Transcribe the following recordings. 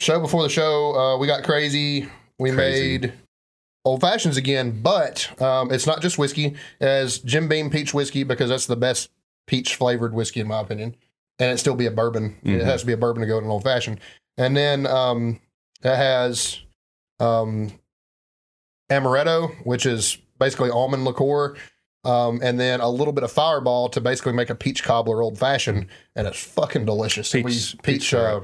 show before the show, uh, we got crazy. We Crazy. made old fashions again, but um, it's not just whiskey. As Jim Beam peach whiskey because that's the best peach flavored whiskey in my opinion, and it still be a bourbon. It Mhm. has to be a bourbon to go in an old fashioned. And then um, it has um, amaretto, which is basically almond liqueur. Um, and then a little bit of fireball to basically make a peach cobbler old fashioned, and it's fucking delicious. And we Peach- use peach peach uh,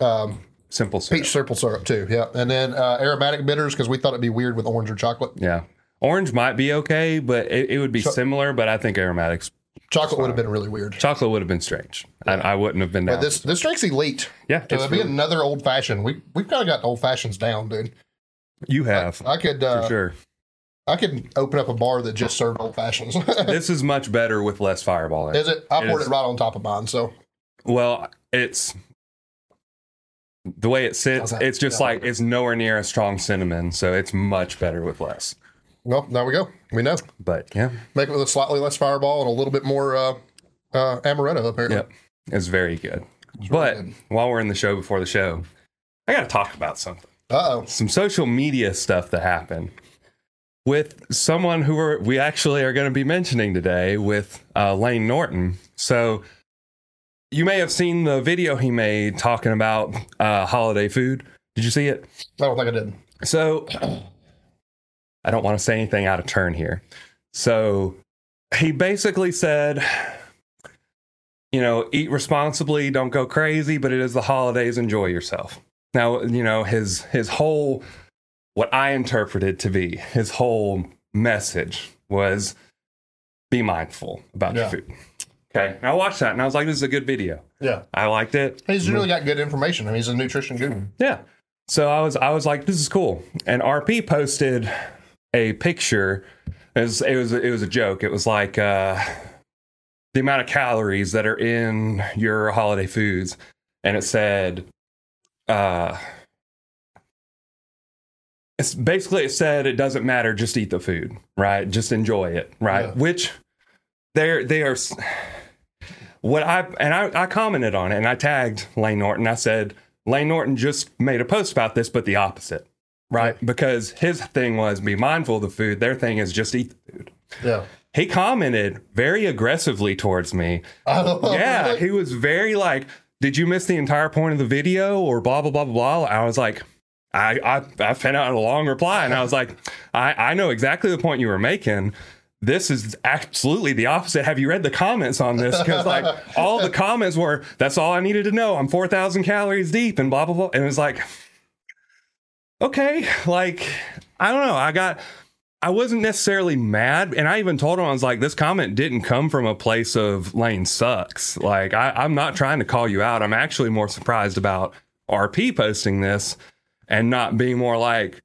um, Simple syrup. peach syrup syrup too. Yeah, and then uh, aromatic bitters because we thought it'd be weird with orange or chocolate. Yeah. Orange might be okay, but it, it would be Cho- similar. But I think aromatics, Chocolate would have been really weird. chocolate would have been strange. I, I wouldn't have been down. But this this drink's elite. yeah, So it's that'd be really- another old fashioned. We we've kind of got old fashions down, dude. you have I could uh, for sure. I could open up a bar that just served old fashions. Is This is much better with less fireball. In it. it? I It poured is. it right on top of mine. So Well, it's the way it sits. How's that? It's just Yeah. like it's nowhere near a strong cinnamon, so it's much better with less. well, there we go. We know. But yeah, Make it with a slightly less fireball and a little bit more uh, uh, amaretto. Apparently, Yep. it's very good. but while we're in the show before the show, I got to talk about something. uh oh, some social media stuff that happened with someone who are, we actually are going to be mentioning today with uh, Lane Norton. So you may have seen the video he made talking about uh, holiday food. Did you see it? I don't think I did. So I don't want to say anything out of turn here. So he basically said, you know, eat responsibly, don't go crazy, but it is the holidays, enjoy yourself. Now, you know, his his whole what I interpreted to be his whole message was be mindful about Yeah. your food. Okay. And I watched that and I was like, this is a good video. Yeah, I liked it. he's really got good information. I mean, he's a nutrition guru. Yeah. So I was I was like, this is cool. And RP posted a picture. It was it was, it was a joke. It was like uh, the amount of calories that are in your holiday foods, and it said, uh, it's basically it said it doesn't matter. Just eat the food, right? Just enjoy it, right? Yeah. Which they're they are s- what I and I, I commented on it and I tagged Lane Norton. I said Lane Norton just made a post about this, but the opposite, right? Because his thing was be mindful of the food. Their thing is just eat the food. Yeah, He commented very aggressively towards me. I don't know. Yeah, Really? he was very like, "Did you miss the entire point of the video?" Or blah blah blah blah. blah. I was like, I I I sent out a long reply, and I was like, I I know exactly the point you were making. This is absolutely the opposite. Have you read the comments on this? Because like all the comments were, "That's all I needed to know." I'm four thousand calories deep, and blah blah blah. And it was like, okay, like I don't know. I got. I wasn't necessarily mad, and I even told him I was like, "This comment didn't come from a place of Lane sucks." Like, I, I'm not trying to call you out. I'm actually more surprised about RP posting this and not being more like,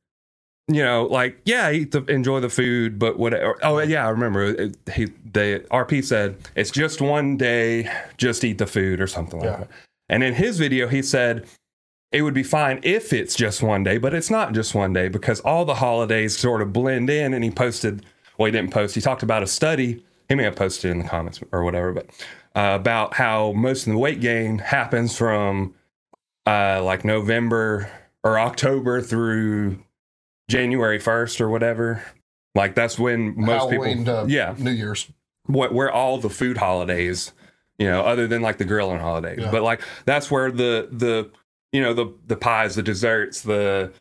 you know, like, yeah, eat the, enjoy the food, but whatever. Oh, yeah, I remember. It, he, they, RP said, "It's just one day. Just eat the food or something Yeah. like that." And in his video, he said, it would be fine if it's just one day, but it's not just one day because all the holidays sort of blend in. And he posted, well, he didn't post, he talked about a study. He may have posted in the comments or whatever, but uh, about how most of the weight gain happens from uh, like November or October through January 1st or whatever. Like that's when most Halloween people, to yeah, New Year's. what where all the food holidays, you know, other than like the grilling holidays. Yeah. But like that's where the the you know the the pies, the desserts, the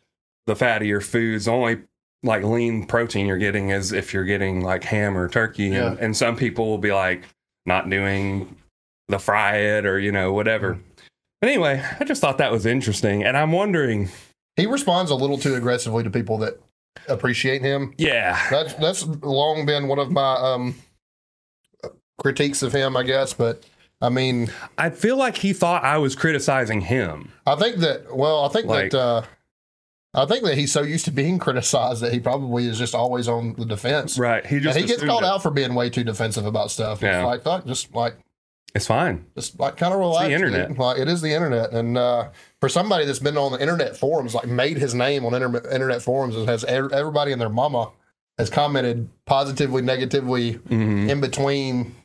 the fattier foods, the only like lean protein you're getting is if you're getting like ham or turkey, and, and some people will be like not doing the fry it or you know whatever. But anyway, I just thought that was interesting, and I'm wondering, He responds a little too aggressively to people that appreciate him. yeah, That's that's long been one of my um critiques of him, I guess. But I mean, I feel like he thought I was criticizing him. I think that well, I think Like- that uh I think that he's so used to being criticized that he probably is just always on the defense. Right? He And just he gets assumed called it. out for being way too defensive about stuff. Yeah. It's like, fuck, just like, It's fine. just like, kind of relax. dude. internet. Like, it is the internet, and uh, for somebody that's been on the internet forums, like made his name on inter- internet forums, and has ev- everybody and their mama has commented positively, negatively, Mhm. in between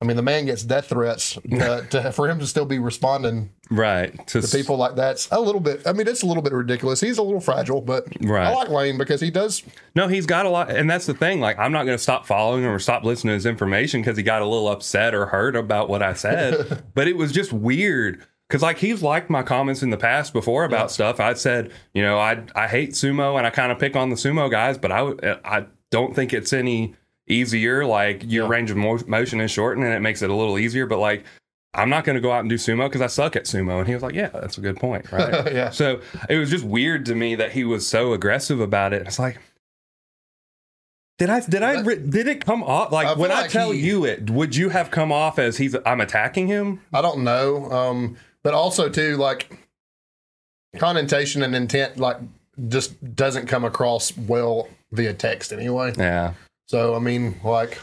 I mean, the man gets death threats. uh, to, for him to still be responding Right. To to s- people like that's a little bit. I mean, it's a little bit ridiculous. He's a little fragile, but Right. I like Lane because he does. No, he's got a lot, and that's the thing. Like, I'm not going to stop following him or stop listening to his information because he got a little upset or hurt about what I said. but it was just weird because, like, he's liked my comments in the past before about stuff. I said, you know, I I hate sumo and I kind of pick on the sumo guys, but I would- I don't think it's any easier. Like, your Yeah. range of mo- motion is shortened and it makes it a little easier. But like, I'm not going to go out and do sumo because I suck at sumo. And he was like, yeah, that's a good point, right? yeah, So it was just weird to me that he was so aggressive about it. It's like, did I did I re- did it come off I like feel when I like tell he- you it? Would you have come off as he's I'm attacking him? I don't know. Um, but also too, like connotation and intent, like just doesn't come across well via text anyway. Yeah, So I mean, like,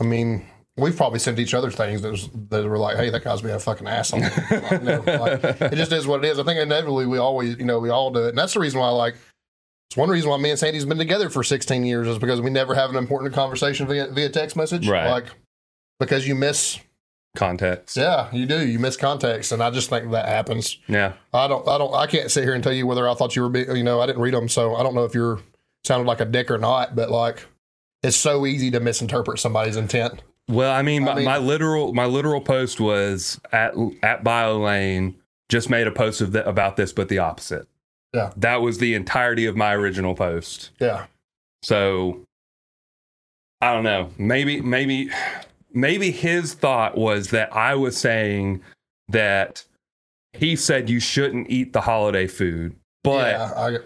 I mean, we've probably sent each other things that, was, that were like, "Hey, that guy's being a fucking asshole." Like, no, like, it just is what it is. I think inevitably we always, you know, we all do it, and that's the reason why, like, it's one reason why me and Sandy's been together for 16 years is because we never have an important conversation via, via text message, Right. Like, because you miss, context. yeah, you do, you miss context, and I just think that happens. Yeah, I don't, I don't, I can't sit here and tell you whether I thought you were, be, you know, I didn't read them, so I don't know if you're sounded like a dick or not, but like, it's so easy to misinterpret somebody's intent. Well, I mean, I my, mean- my literal my literal post was at at BioLane just made a post of the, about this, but the opposite. Yeah. that was the entirety of my original post. Yeah, So I don't know. Maybe maybe maybe his thought was that I was saying that he said you shouldn't eat the holiday food. But yeah, I,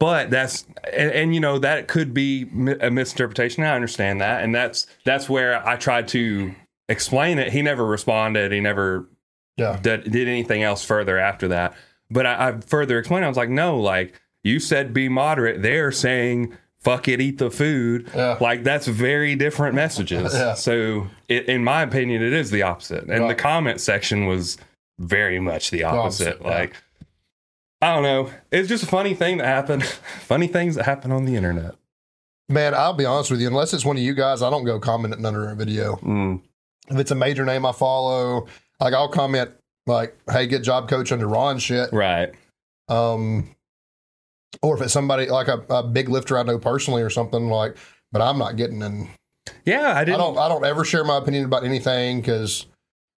but that's and, and you know that could be mi- a misinterpretation. I understand that, and that's that's where I tried to explain it. He never responded. He never Yeah. did, did anything else further after that. But I, I further explained. I was like, no, like you said, be moderate. They're saying fuck it, eat the food. yeah, Like that's very different messages. Yeah. So, it, in my opinion, it is the opposite. And the Right. comment section was very much the opposite. opposite, yeah. like, I don't know. It's just a funny thing that happened. funny things that happen on the internet. man, I'll be honest with you. Unless it's one of you guys, I don't go commenting under a video. Mm. If it's a major name I follow, like I'll comment like, "Hey, good job, coach," under Ron shit. Right. Um, or if it's somebody like a, a big lifter I know personally or something like, but I'm not getting in. Yeah, I I didn't. don't. I don't ever share my opinion about anything because,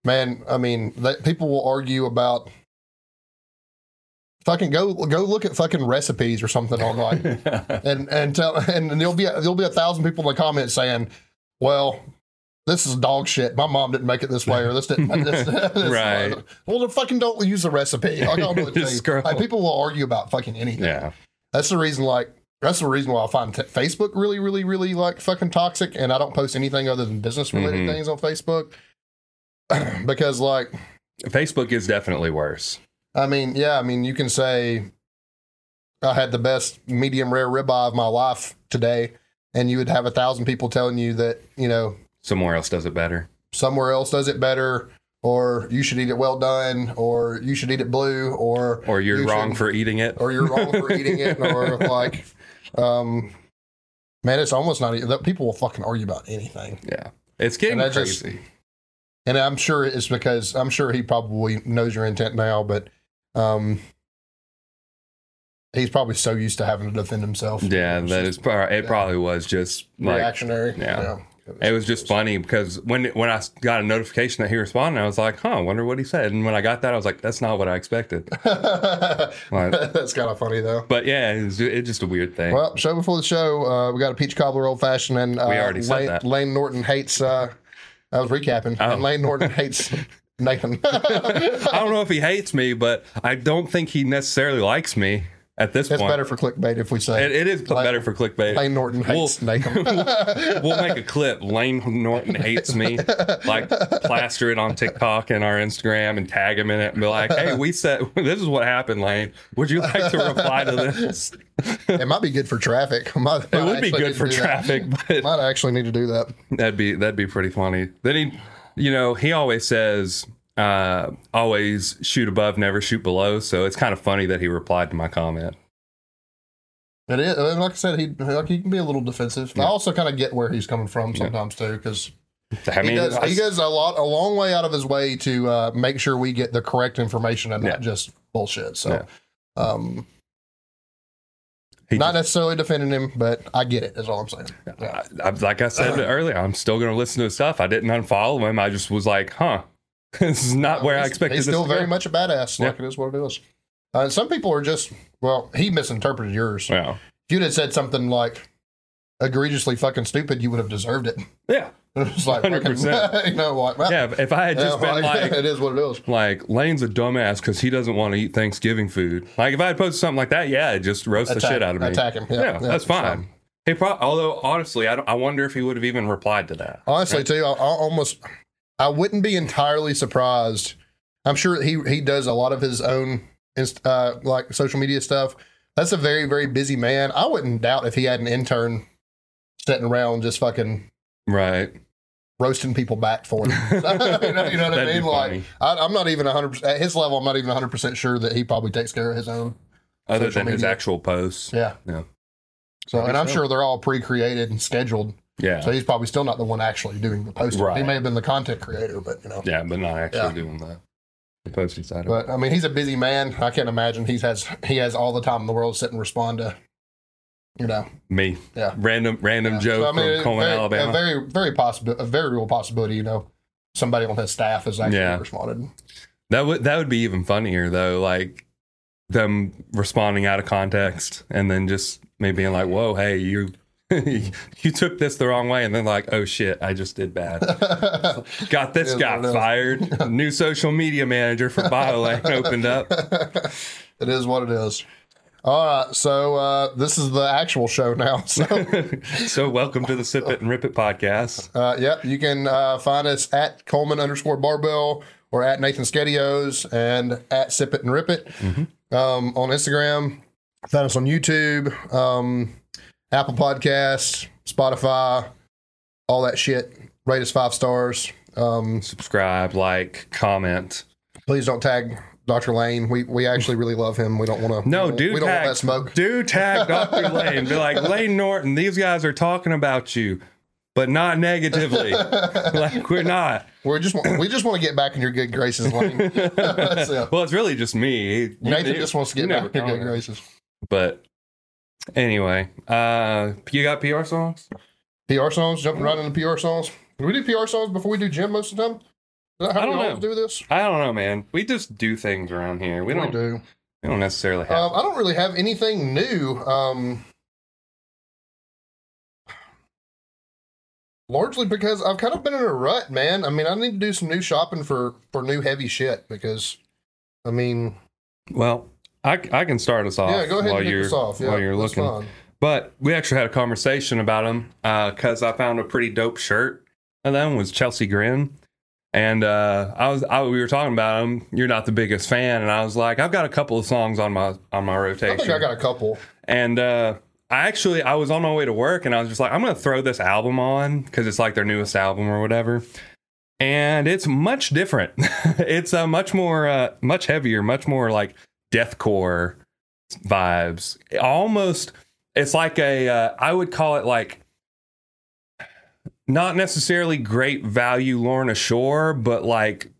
man, I mean, that, people will argue about. Fucking go go look at fucking recipes or something on like and and tell and there'll be there'll be a thousand people in the comments saying, "Well, this is dog shit. My mom didn't make it this way, or this didn't." This, this- Right. Well, then fucking don't use the recipe. Like, I'll do it to Just you. scroll. Like, people will argue about fucking anything. yeah. That's the reason. Like, that's the reason why I find t- Facebook really, really, really like fucking toxic, and I don't post anything other than business related Mhm. things on Facebook because, like, Facebook is definitely worse. I mean, yeah, I mean, you can say I had the best medium rare ribeye of my life today, and you would have a thousand people telling you that you know Somewhere else does it better. somewhere else does it better, or you should eat it well done, or you should eat it blue, or Or you're You wrong should- for eating it. or you're wrong for eating it, or like, um, man, it's almost not. e- that- People will fucking argue about anything. yeah. It's getting And I just- crazy. and I'm sure it's because I'm sure he probably knows your intent now, but um, he's probably so used to having to defend himself. yeah, that is. pro- It probably was just like reactionary. yeah. It was just funny because when when I got a notification that he responded, I was like, "Huh, I wonder what he said." And when I got that, I was like, "That's not what I expected." Like, That's kind of funny though. but yeah, it's ju- it's just a weird thing. Well, show before the show, uh, we got a peach cobbler old fashioned, and uh, We already said Lane, that. Lane Norton hates. Uh, I was recapping, Oh. and Lane Norton hates Nathan. I don't know if he hates me, but I don't think he necessarily likes me at this That's point. better for clickbait if we say It, it is Like- better for clickbait. Lane Norton hates Nathan. we'll make a clip. Lane Norton hates me. Like plaster it on TikTok and our Instagram and tag him in it and be like, "Hey, we said this is what happened, Lane. Would you like to reply to this?" It might be good for traffic. Might- It might would be actually good need to for do that. traffic, but Might actually need to do that. That'd be that'd be pretty funny. Then he, you know, he always says, uh, "Always shoot above, never shoot below." So it's kind of funny that he replied to my comment. It is, and like I said, he like he can be a little defensive. I also kind of get where he's coming from sometimes too, because I mean, he does. I- he goes a lot, a long way out of his way to uh, make sure we get the correct information and Yeah. not just bullshit. So, um, he not necessarily defending him, but I get it. Is all I'm saying. I, I, like I said Uh-huh. earlier, I'm still going to listen to his stuff. I didn't unfollow him. I just was like, huh, this is not where I He's- expected He's this still to very go. much a badass. Like Yeah. it is what it is. Uh, some people are just well. He misinterpreted yours. Yeah. If you'd have said something like egregiously fucking stupid, you would have deserved it. Yeah. It was like, 100%. fucking- you know what? Well, Yeah. if- If I had just yeah, been like, it is what it is. like Lane's a dumbass because he doesn't want to eat Thanksgiving food. Like if I had posted something like that, yeah, it'd just roast the Attack- shit out of me. Attack him. Yeah, Yeah, yeah, that's so. fine. He probably, although honestly, I, don't, I wonder if he would have even replied to that. Honestly, too, I, I almost I wouldn't be entirely surprised. I'm sure he he does a lot of his own inst- uh, like social media stuff. That's a very very busy man. I wouldn't doubt if he had an intern sitting around just fucking Right. roasting people back for him. you, know, you know what I That'd be mean? Like funny. I, I'm not even 100 at his level. I'm not even 100 percent sure that he probably takes care of his own. Other social than his media. actual posts. Yeah. Yeah. So, and I'm So. sure they're all pre-created and scheduled. Yeah. So he's probably still not the one actually doing the posting. He Right. may have been the content creator, but you know. yeah, but not actually Yeah. doing that. The posting side of it. But I mean, he's a busy man. I can't imagine he has he has all the time in the world to sit and respond to, you know. Me. Yeah. Random, random Joe So, I mean, from it's Coleman, very, Alabama. A very, very possible, a very real possibility. You know, somebody on his staff has actually Yeah. responded. That would that would be even funnier though, like them responding out of context and then just me being like, "Whoa, hey, you you took this the wrong way," and then like, "Oh shit, I just did bad." Got this Yes, I guy know. fired. New social media manager for BioLane opened up. it is what it is. All right, so uh, this is the actual show now. So, so welcome to the Sip It and Rip It podcast. uh, yep, you can uh, find us at Coleman underscore Barbell or at Nathan Skedios and at Sip It and Rip It Mm-hmm. um, on Instagram. Find us on YouTube, um, Apple Podcasts, Spotify, all that shit. Rate us five stars. Um, Subscribe, like, comment. please don't tag Dr. Lane. We we actually really love him. We don't want to. No, we don't, do we don't tag, want that smoke. do tag Dr. Lane. Be like, Lane Norton, these guys are talking about you, but not negatively. like we're not. We just want, we just want to get back in your good graces, Lane. That's it. Well, it's really just me. You- Nathan you- just wants to get you back never in your good comment. graces. But anyway, uh, you got PR songs? PR songs, jumping right into PR songs. Do we do PR songs before we do gym most of the time? Is that how I we don't always know. do this? I don't know, man. We just do things around here. We We don't. We, do. don't necessarily have. Um, I don't really have anything new. Um, largely because I've kind of been in a rut, man. I mean, I need to do some new shopping for for new heavy shit because, I mean, well, I, I can start us off. yeah, go ahead while and kick you're us off. Yeah, while you're that's looking. fine. But we actually had a conversation about them because I found a pretty dope shirt. And that one was Chelsea Grin. And uh, I was I, we were talking about him. You're not the biggest fan, and I was like, I've got a couple of songs on my on my rotation. I think I got a couple. And uh, I actually I was on my way to work and I was just like, I'm gonna throw this album on because it's like their newest album or whatever. And it's much different. it's uh, much more, uh, much heavier, much more like deathcore vibes. Almost, it's like a uh, I would call it like not necessarily great value Lorna Shore, but like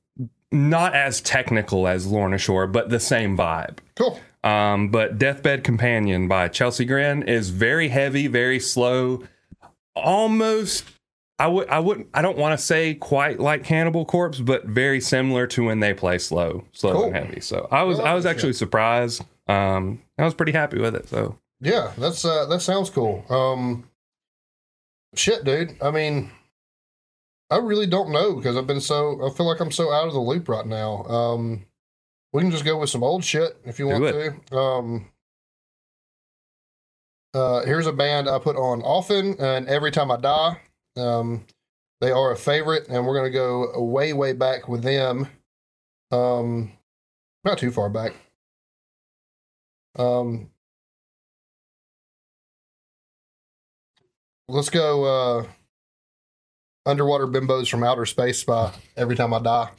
not as technical as Lorna Shore, but the same vibe. Cool. Um, but Deathbed Companion by Chelsea Grin is very heavy, very slow, almost. I would, I wouldn't, I don't want to say quite like Cannibal Corpse, but very similar to when they play slow, slow Cool. and heavy. So I was, I like I was that actually surprised. Um, I was pretty happy with it. So Yeah, that's uh, that sounds cool. Um, shit, dude. I mean, I really don't know because I've been so. I feel like I'm so out of the loop right now. Um, we can just go with some old shit if you Do want to. Um, uh, here's a band I put on often and every time I die. Um, they are a favorite, and we're gonna go way, way back with them. Um, not too far back. Um, let's go uh underwater bimbos from outer space by every time i die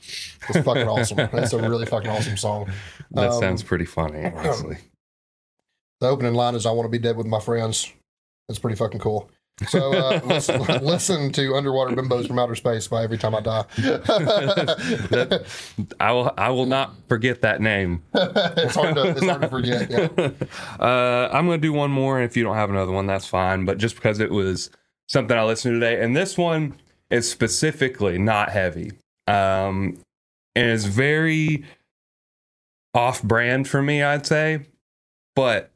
it's fucking awesome that's a really fucking awesome song that Um, sounds pretty funny, honestly. the opening line is i want to be dead with my friends that's pretty fucking cool So uh, listen, listen to Underwater Bimbos from Outer Space by Every Time I Die. That- I will. I will not forget that name. it's hard to it's hard to forget. Yeah. Uh, I'm going to do one more. And if you don't have another one, that's fine. But just because it was something I listened to today, and this one is specifically not heavy, um, and it's very off-brand for me, I'd say. But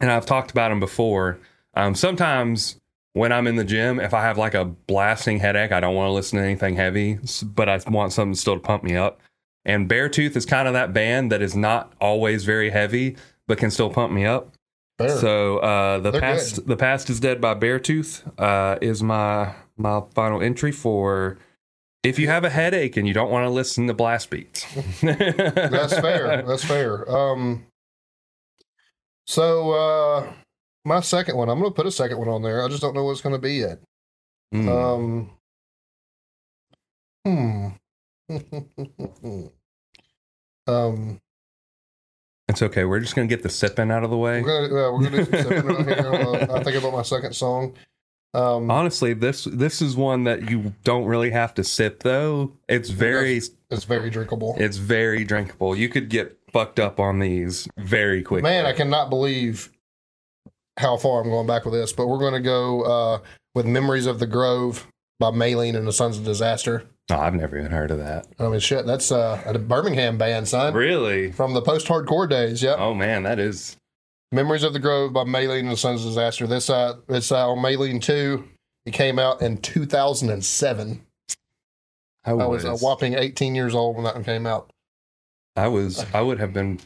and I've talked about them before. Um, sometimes when I'm in the gym, if I have like a blasting headache, I don't want to listen to anything heavy, s- but I want something still to pump me up. And Beartooth is kind of that band that is not always very heavy, but can still pump me up. Fair. So uh, the They're past, the past is dead by Beartooth uh, is my my final entry for if you have a headache and you don't want to listen to blast beats. That's That's fair. That's fair. Um, so uh, my second one, I'm going to put a second one on there. I just don't know what it's going to be yet. Mm. Um, hmm. um, it's okay. We're just gonna get the sipping out of the way. we're gonna uh, we're gonna do some sipping right here. while I think about my second song. Um, Honestly, this this is one that you don't really have to sip though. It's very it's very drinkable. it's very drinkable. You could get fucked up on these very quickly. Man, I cannot believe how far I'm going back with this, but we're going to go uh, with "Memories of the Grove" by Maylene and the Sons of Disaster. No, I've never even heard of that. I mean, shit, that's uh, a Birmingham band, son, Really? from the post-hardcore days. Yep. Oh man, that is "Memories of the Grove" by Maylene and the Sons of Disaster. This uh, it's uh, on Maylene Two. It came out in 2007. I I was was a whopping 18 years old when that one came out. I was I would have been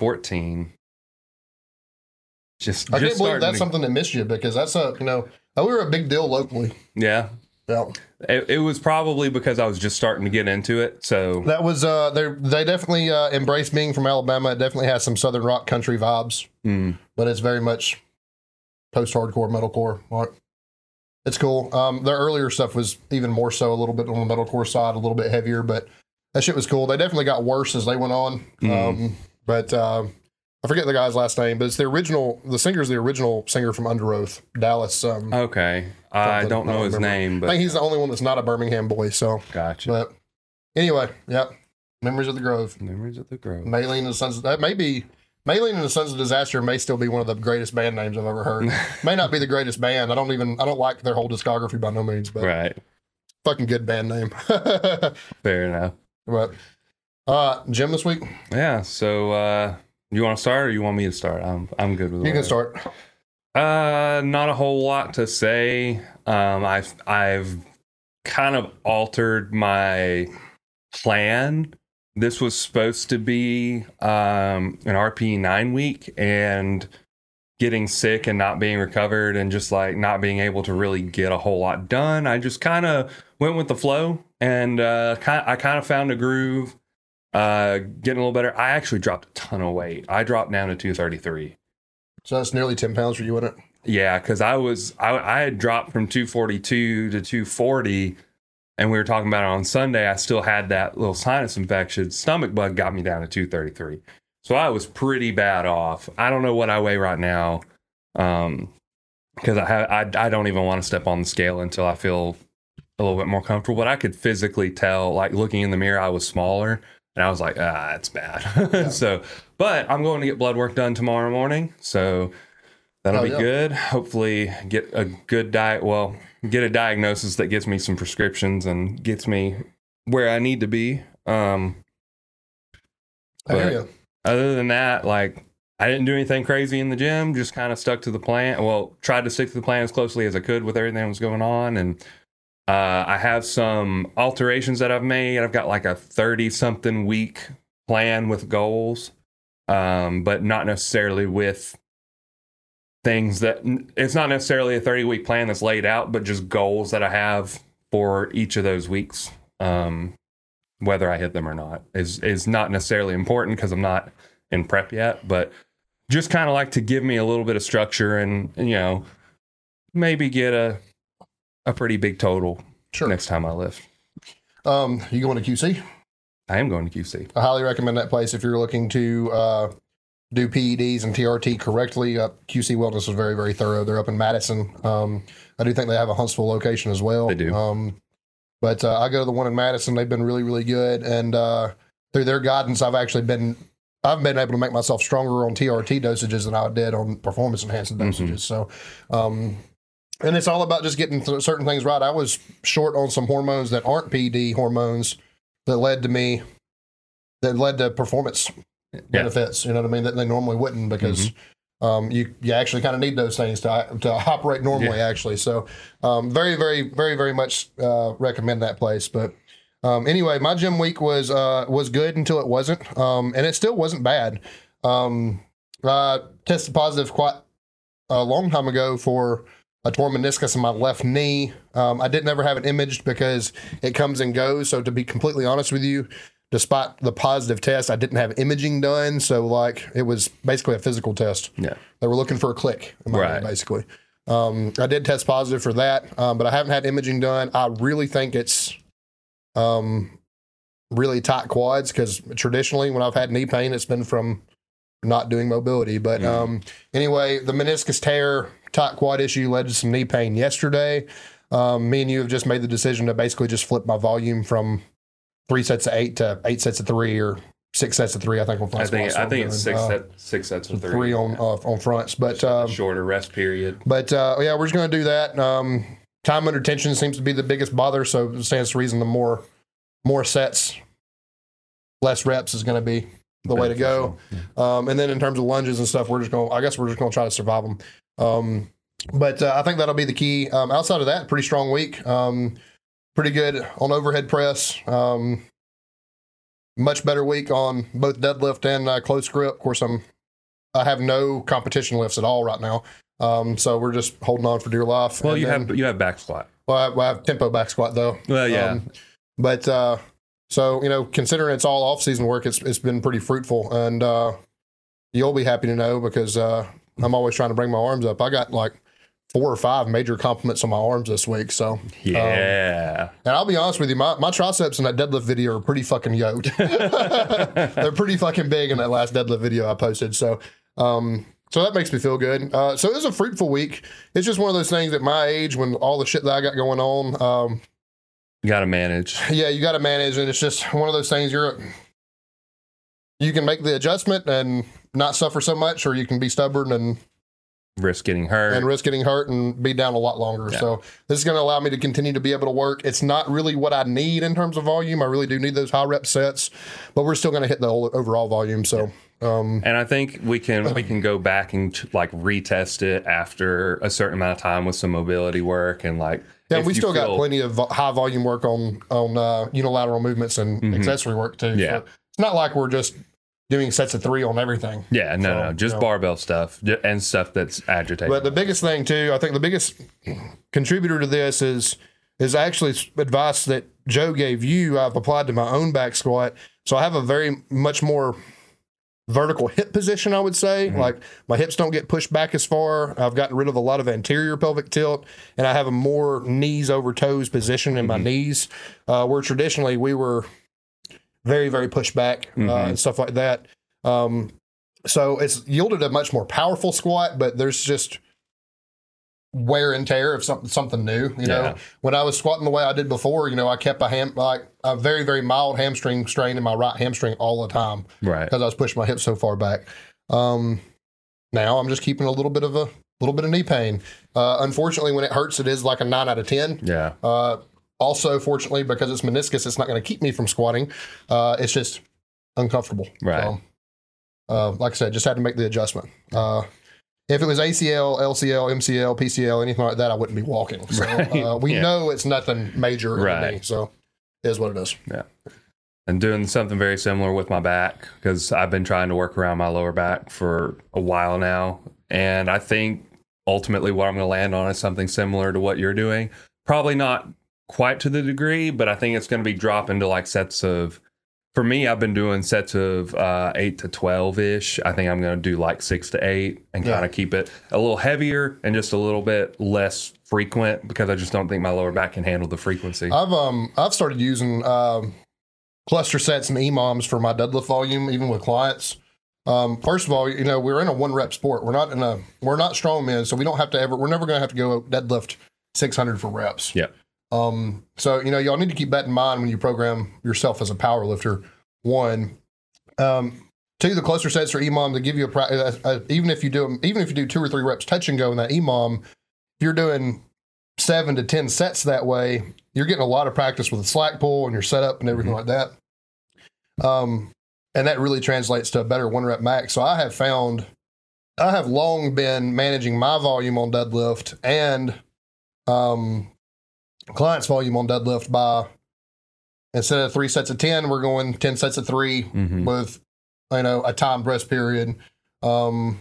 14. Just I can't just believe starting that's to- something that missed you because that's a you know we were a big deal locally. Yeah. Yeah. It, it was probably because I was just starting to get into it. So That was uh they they definitely uh embrace being from Alabama. It definitely has some southern rock country vibes, mm, but it's very much post hardcore metalcore. Right. It's cool. Um their earlier stuff was even more so a little bit on the metalcore side, a little bit heavier, but that shit was cool. They definitely got worse as they went on. Mhm. Um but um I forget the guy's last name, but it's the original the singer's the original singer from Under Oath, Dallas um okay. I Something, don't I know don't his remember. I name, think Oh, but he's the only one that's not a Birmingham boy, so gotcha. but anyway, yep. Memories of the Grove. Memories of the Grove. Maylene and the Sons of that may be Maylene and the Sons of Disaster may still be one of the greatest band names I've ever heard. may not be the greatest band. I don't even I don't like their whole discography by no means, but Right. fucking good band name. Fair enough. but uh Jim this week, Yeah. So uh you want to start or you want me to start? I'm I'm good with you can whatever. start. Uh, not a whole lot to say. Um, I've I've kind of altered my plan. This was supposed to be um an RP nine week, and getting sick and not being recovered, and just like not being able to really get a whole lot done. I just kind of went with the flow, and uh, kind I kind of found a groove. Uh, getting a little better. I actually dropped a ton of weight. I dropped down to two thirty three. So that's nearly ten pounds for you, isn't it? Yeah, because I was I, I had dropped from 242 to 240, and we were talking about it on Sunday. I still had that little sinus infection. Stomach bug got me down to 233, so I was pretty bad off. I don't know what I weigh right now, um, because I have I I don't even want to step on the scale until I feel a little bit more comfortable. But I could physically tell, like looking in the mirror, I was smaller, and I was like, ah, it's bad. Yeah. so, but I'm going to get blood work done tomorrow morning, so. That'll Oh, be yeah. good. Hopefully, get a good diet. Well, get a diagnosis that gets me some prescriptions and gets me where I need to be. Um, I hear Right. you. other than that, like I didn't do anything crazy in the gym. Just kind of stuck to the plan. Well, tried to stick to the plan as closely as I could with everything that was going on, and uh, I have some alterations that I've made. I've got like a thirty-something week plan with goals, um, but not necessarily with things that it's not necessarily a 30 week plan that's laid out, but just goals that I have for each of those weeks. Um, whether I hit them or not is is not necessarily important because I'm not in prep yet, but just kind of like to give me a little bit of structure and you know maybe get a a pretty big total Sure. next time I lift. Um, you going to QC? I am going to QC. I highly recommend that place if you're looking to uh, do PEDs and TRT correctly. Uh, QC Wellness is very, very thorough. They're up in Madison. Um, I do think they have a Huntsville location as well. They do. Um, but uh, I go to the one in Madison. They've been really, really good. And uh, through their guidance, I've actually been I've been able to make myself stronger on TRT dosages than I did on performance enhancing Mhm. dosages. So, um, and it's all about just getting th- certain things right. I was short on some hormones that aren't PD hormones that led to me that led to performance benefits. You know what I mean? That they normally wouldn't because um, you you actually kind of need those things to uh, to operate normally. Actually, so um, very very very very much uh, recommend that place. But um, anyway, my gym week was uh, was good until it wasn't, um, and it still wasn't bad. Um, I tested positive quite a long time ago for a torn meniscus in my left knee. Um, I didn't ever have it imaged because it comes and goes. So to be completely honest with you, despite the positive test, I didn't have imaging done. So like it was basically a physical test. Yeah. They were looking for a click, in my knee, Right. basically. Um, I did test positive for that, um, but I haven't had imaging done. I really think it's um, really tight quads because traditionally, when I've had knee pain, it's been from not doing mobility. But Mhm. um, anyway, the meniscus tear, tight quad issue led to some knee pain yesterday. Um, me and you have just made the decision to basically just flip my volume from three sets of eight to eight sets of three or six sets of three. I think. on I front think squats, I think I'm it's doing, six uh, set, six sets of three. three on uh, on fronts, but um, shorter rest period. but uh, yeah, we're just going to do that. Um, time under tension seems to be the biggest bother, so it stands to reason the more more sets, less reps is going to be the way to go. Um, and then in terms of lunges and stuff, we're just going. to I guess we're just going to try to survive them. Um, but uh, I think that'll be the key. Um, outside of that, pretty strong week. Um, pretty good on overhead press. Um, much better week on both deadlift and uh, close grip. Of course, I'm I have no competition lifts at all right now. Um, so we're just holding on for dear life. Well, And you then- have you have back squat. well, I, well, I have tempo back squat though. Well, yeah. Um, but uh, so you know, considering it's all off season work, it's it's been pretty fruitful, and uh, you'll be happy to know because uh, I'm always trying to bring my arms up. I got like four or five major compliments on my arms this week. So, yeah. and I'll be honest with you, my my triceps in that deadlift video are pretty fucking yoked. They're pretty fucking big in that last deadlift video I posted. So, um, so that makes me feel good. Uh, so it was a fruitful week. It's just one of those things at my age when all the shit that I got going on, um, Got to manage. yeah, you got to manage, and it's just one of those things. You're you can make the adjustment and not suffer so much, or you can be stubborn and Risk getting hurt. and risk getting hurt and be down a lot longer. Yeah. So this is going to allow me to continue to be able to work. It's not really what I need in terms of volume. I really do need those high rep sets, but we're still going to hit the whole overall volume. So um, and I think we can we can go back and ch- like retest it after a certain amount of time with some mobility work and like. yeah, if we you still got feel- plenty of vo- high volume work on on uh, unilateral movements and Mhm. accessory work too. Yeah. So it's not like we're just doing sets of three on everything. Yeah, no, So, no, just you know. barbell stuff ju- and stuff that's agitating. But the biggest thing too, I think the biggest contributor to this is is actually advice that Joe gave you. I've applied to my own back squat, so I have a very much more vertical hip position. I would say, like my hips don't get pushed back as far. I've gotten rid of a lot of anterior pelvic tilt, and I have a more knees over toes position in my knees, uh, where traditionally we were very very pushed back uh, Mhm. and stuff like that. Um, so it's yielded a much more powerful squat, but there's just wear and tear of something something new. You know, Yeah. when I was squatting the way I did before, you know, I kept a ham like a very very mild hamstring strain in my right hamstring all the time right. because I was pushing my hips so far back. Um, now I'm just keeping a little bit of a little bit of knee pain. Uh, unfortunately, when it hurts, it is like a nine out of ten. Yeah. Uh, also, fortunately, because it's meniscus, it's not going to keep me from squatting. Uh, it's just uncomfortable. Right. So, uh, like I said, just had to make the adjustment. Uh, if it was ACL, LCL, MCL, PCL, anything like that, I wouldn't be walking. So Right. uh, we Yeah. know it's nothing major. in the Right. knee, so it is what it is. and doing something very similar with my back because I've been trying to work around my lower back for a while now. And I think ultimately what I'm going to land on is something similar to what you're doing. Probably not quite to the degree, but I think it's going to be dropping to like sets of, for me, I've been doing sets of uh, eight to 12 ish. I think I'm going to do like six to eight and Yeah. kind of keep it a little heavier and just a little bit less frequent because I just don't think my lower back can handle the frequency. I've um I've started E using um, cluster sets and EMOMs for my deadlift volume, even with clients. Um, first of all, you know we're in a one rep sport. We're not in a we're not strongmen, so we don't have to ever. We're never going to have to go deadlift 600 for reps. Yeah. Um. So you know y'all need to keep that in mind when you program yourself as a power lifter. One. Um. Two, the closer sets E for EMOM to give you a, pra- uh, uh, even if you do 'em- even if you do two or three reps touch and go in that E EMOM, if you're doing seven to ten sets that way, you're getting a lot of practice with a slack pull and your setup and everything like that. Um, and that really translates to a better one rep max. So I have found I have long been managing my volume on deadlift and um, clients' volume on deadlift by instead of three sets of ten, we're going ten sets of three Mhm. with you know a timed rest period, um,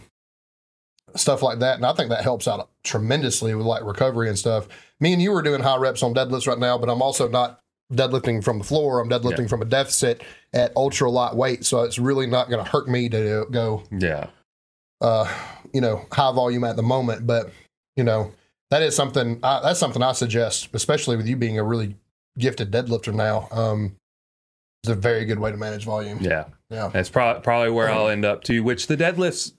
stuff like that. And I think that helps out tremendously with like recovery and stuff. Me and you are doing high reps on deadlifts right now, but I'm also not deadlifting from the floor. I'm deadlifting from a deficit at ultra light weight, so it's really not going to hurt me to go Yeah. uh, you know, high volume at the moment, but you know, that is something I, that's something I suggest, especially with you being a really gifted deadlifter now. Um, it's a very good way to manage volume. Yeah. Yeah. That's pro- probably where I'll end up too, which the deadlifts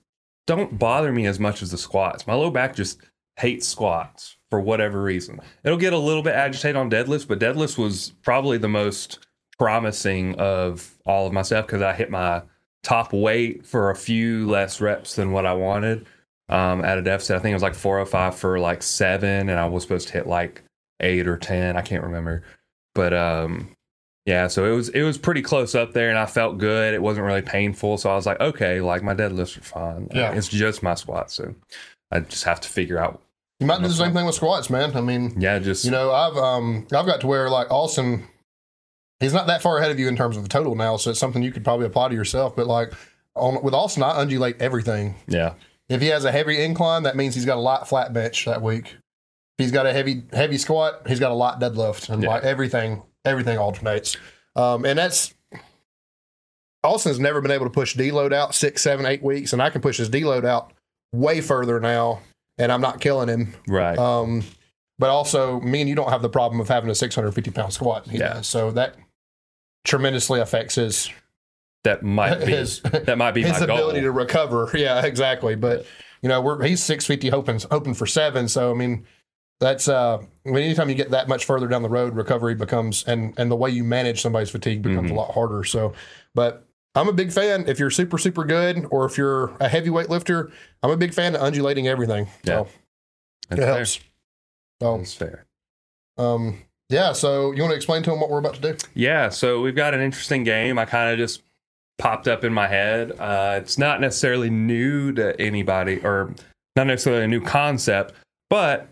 don't bother me as much as the squats. My low back just hates squats for whatever reason. It'll get a little bit agitated on deadlifts, but deadlifts was probably the most promising of all of my stuff because I hit my top weight for a few less reps than what I wanted um, at a deficit. I think it was like 405 for like seven, and I was supposed to hit like eight or 10. I can't remember. But um, yeah, so it was it was pretty close up there, and I felt good. It wasn't really painful, so I was like, okay, like my deadlifts are fine. Uh, Yeah. it's just my squats, so I just have to figure out. You might do the No same thing with squats, man. I mean, Yeah, just You know, I've um I've got to where like Austin, he's not that far ahead of you in terms of the total now, so it's something you could probably apply to yourself. But like on with Austin, I undulate everything. yeah, If he has a heavy incline, that means he's got a light flat bench that week. If he's got a heavy heavy squat, he's got a light deadlift, and Yeah. like everything everything alternates. Um, and that's Austin's never been able to push deload out six, seven, eight weeks, and I can push his deload out way further now, and I'm not killing him. right. Um, but also, me and you don't have the problem of having a 650 pound squat. He Yeah. does. So that tremendously affects his that might be his, that might be his my goal. ability to recover. Yeah, exactly. But you know, we're he's 650 hoping hoping for seven. So I mean, that's uh, I mean, anytime you get that much further down the road, recovery becomes and and the way you manage somebody's fatigue becomes Mhm. a lot harder. So, but. I'm a big fan. If you're super, super good, or if you're a heavyweight lifter, I'm a big fan of undulating everything. Yeah, So That's it fair. helps. So, That's fair. um, yeah, so you want to explain to them what we're about to do? Yeah, so we've got an interesting game. I kind of just popped up in my head. Uh, it's not necessarily new to anybody, or not necessarily a new concept, but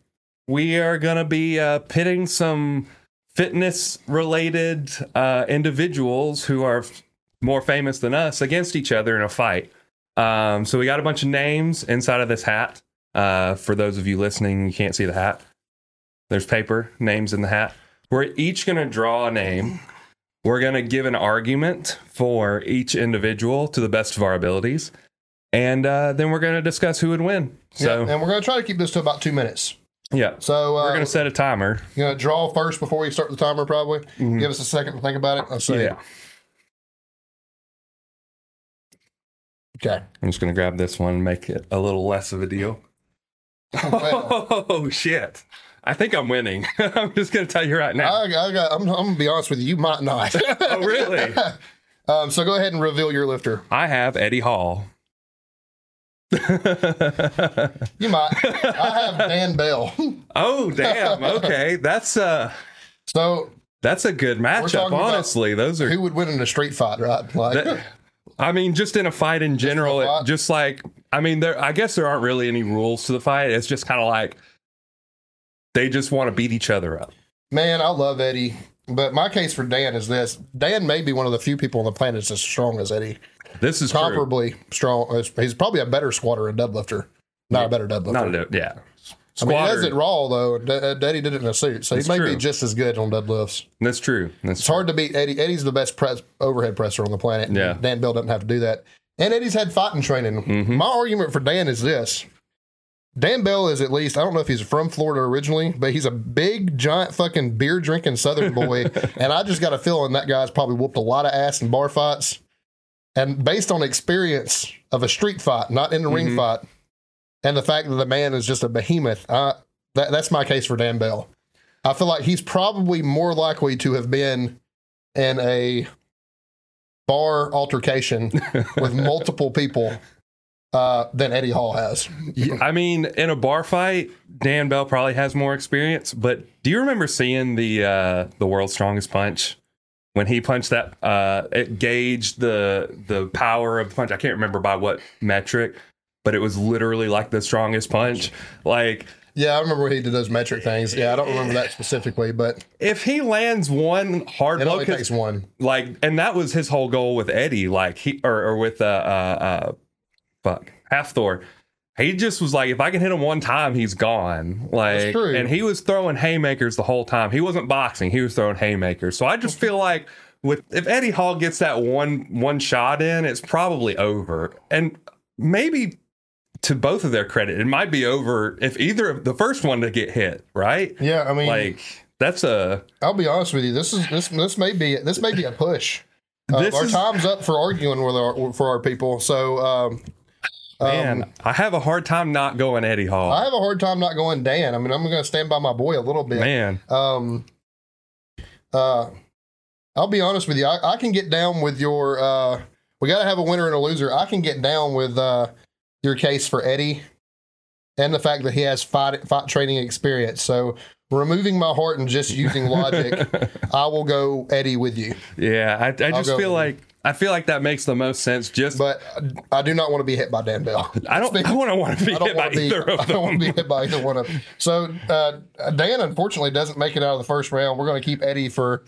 we are going to be uh, pitting some fitness related uh, individuals who are f- more famous than us against each other in a fight. Um, so we got a bunch of names inside of this hat. Uh, for those of you listening, you can't see the hat. There's paper, names in the hat. We're each going to draw a name. We're going to give an argument for each individual to the best of our abilities. And uh, then we're going to discuss who would win. So, yeah, yeah, and we're going to try to keep this to about two minutes. So uh, we're going to set a timer. you know, draw first before we start the timer, probably. Mhm. Give us a second to think about it. Let's see. Yeah. Okay. I'm just gonna grab this one and make it a little less of a deal. Oh shit. I think I'm winning. I'm just gonna tell you right now. I, I got, I'm, I'm going to be honest with you. You might not. oh really? um, so go ahead and reveal your lifter. I have Eddie Hall. You might. I have Dan Bell. oh damn. Okay. That's uh So that's a good matchup, talking about honestly. Those are who would win in a street fight, right? Like, that- I mean, just in a fight in general, a it- fight? just like I mean, there. I guess there aren't really any rules to the fight. It's just kind of like they just want to beat each other up. man, I love Eddie. But my case for Dan is this Dan may be one of the few people on the planet that's as strong as Eddie. This is true. comparably strong. uh, He's probably a better squatter and deadlifter, not a better deadlifter. Not a do- yeah. I mean, he does Squatter. it raw though. and Da- Daddy did it in a suit, so he That's may true. be just as good on deadlifts. That's true. That's It's hard to beat Eddie. Eddie's the best press overhead presser on the planet. Yeah. Dan Bill doesn't have to do that, and Eddie's had fighting training. Mhm. My argument for Dan is this. Dan Bell is at least, I don't know if he's from Florida originally, but he's a big, giant fucking beer drinking Southern boy. and I just got a feeling that guy's probably whooped a lot of ass in bar fights. and based on experience of a street fight, not in the ring Mhm. fight, and the fact that the man is just a behemoth, I, that, that's my case for Dan Bell. I feel like he's probably more likely to have been in a bar altercation with multiple people uh, than Eddie Hall has. Yeah, I mean, in a bar fight, Dan Bell probably has more experience. But do you remember seeing the uh, the world's strongest punch when he punched that? Uh, it gauged the the power of the punch. I can't remember by what metric, but it was literally like the strongest punch. Like Yeah, I remember he did those metric things. Yeah, I don't remember that specifically, but if he lands one hard it blow, only 'cause- takes one. like, and that was his whole goal with Eddie, like he or, or with uh, uh uh fuck half Thor. He just was like, if I can hit him one time, he's gone. Like, true. and he was throwing haymakers the whole time. He wasn't boxing; he was throwing haymakers. So I just feel like with if Eddie Hall gets that one one shot in, it's probably over. And maybe to both of their credit, it might be over if either of the first one to get hit, right? Yeah, I mean, Like that's a I'll be honest with you. This is this this may be this may be a push. Uh, This our is- time's up for arguing with our for our people. So um, man. I have a hard time not going Eddie Hall. I have a hard time not going Dan. I mean, I'm going to stand by my boy a little bit. Man, Um, uh, I'll be honest with you. I, I can get down with your. Uh, we got to have a winner and a loser. I can get down with uh, your case for Eddie and the fact that he has fight fight training experience. So removing my heart and just using logic, I will go Eddie with you. yeah, I, I just go with feel like I feel like that makes the most sense. Just But I do not want to be hit by Dan Bell. I don't I want to want to be I don't hit by want to be. either I of don't want to be them. hit by either one of them. So uh, Dan unfortunately doesn't make it out of the first round. We're going to keep Eddie for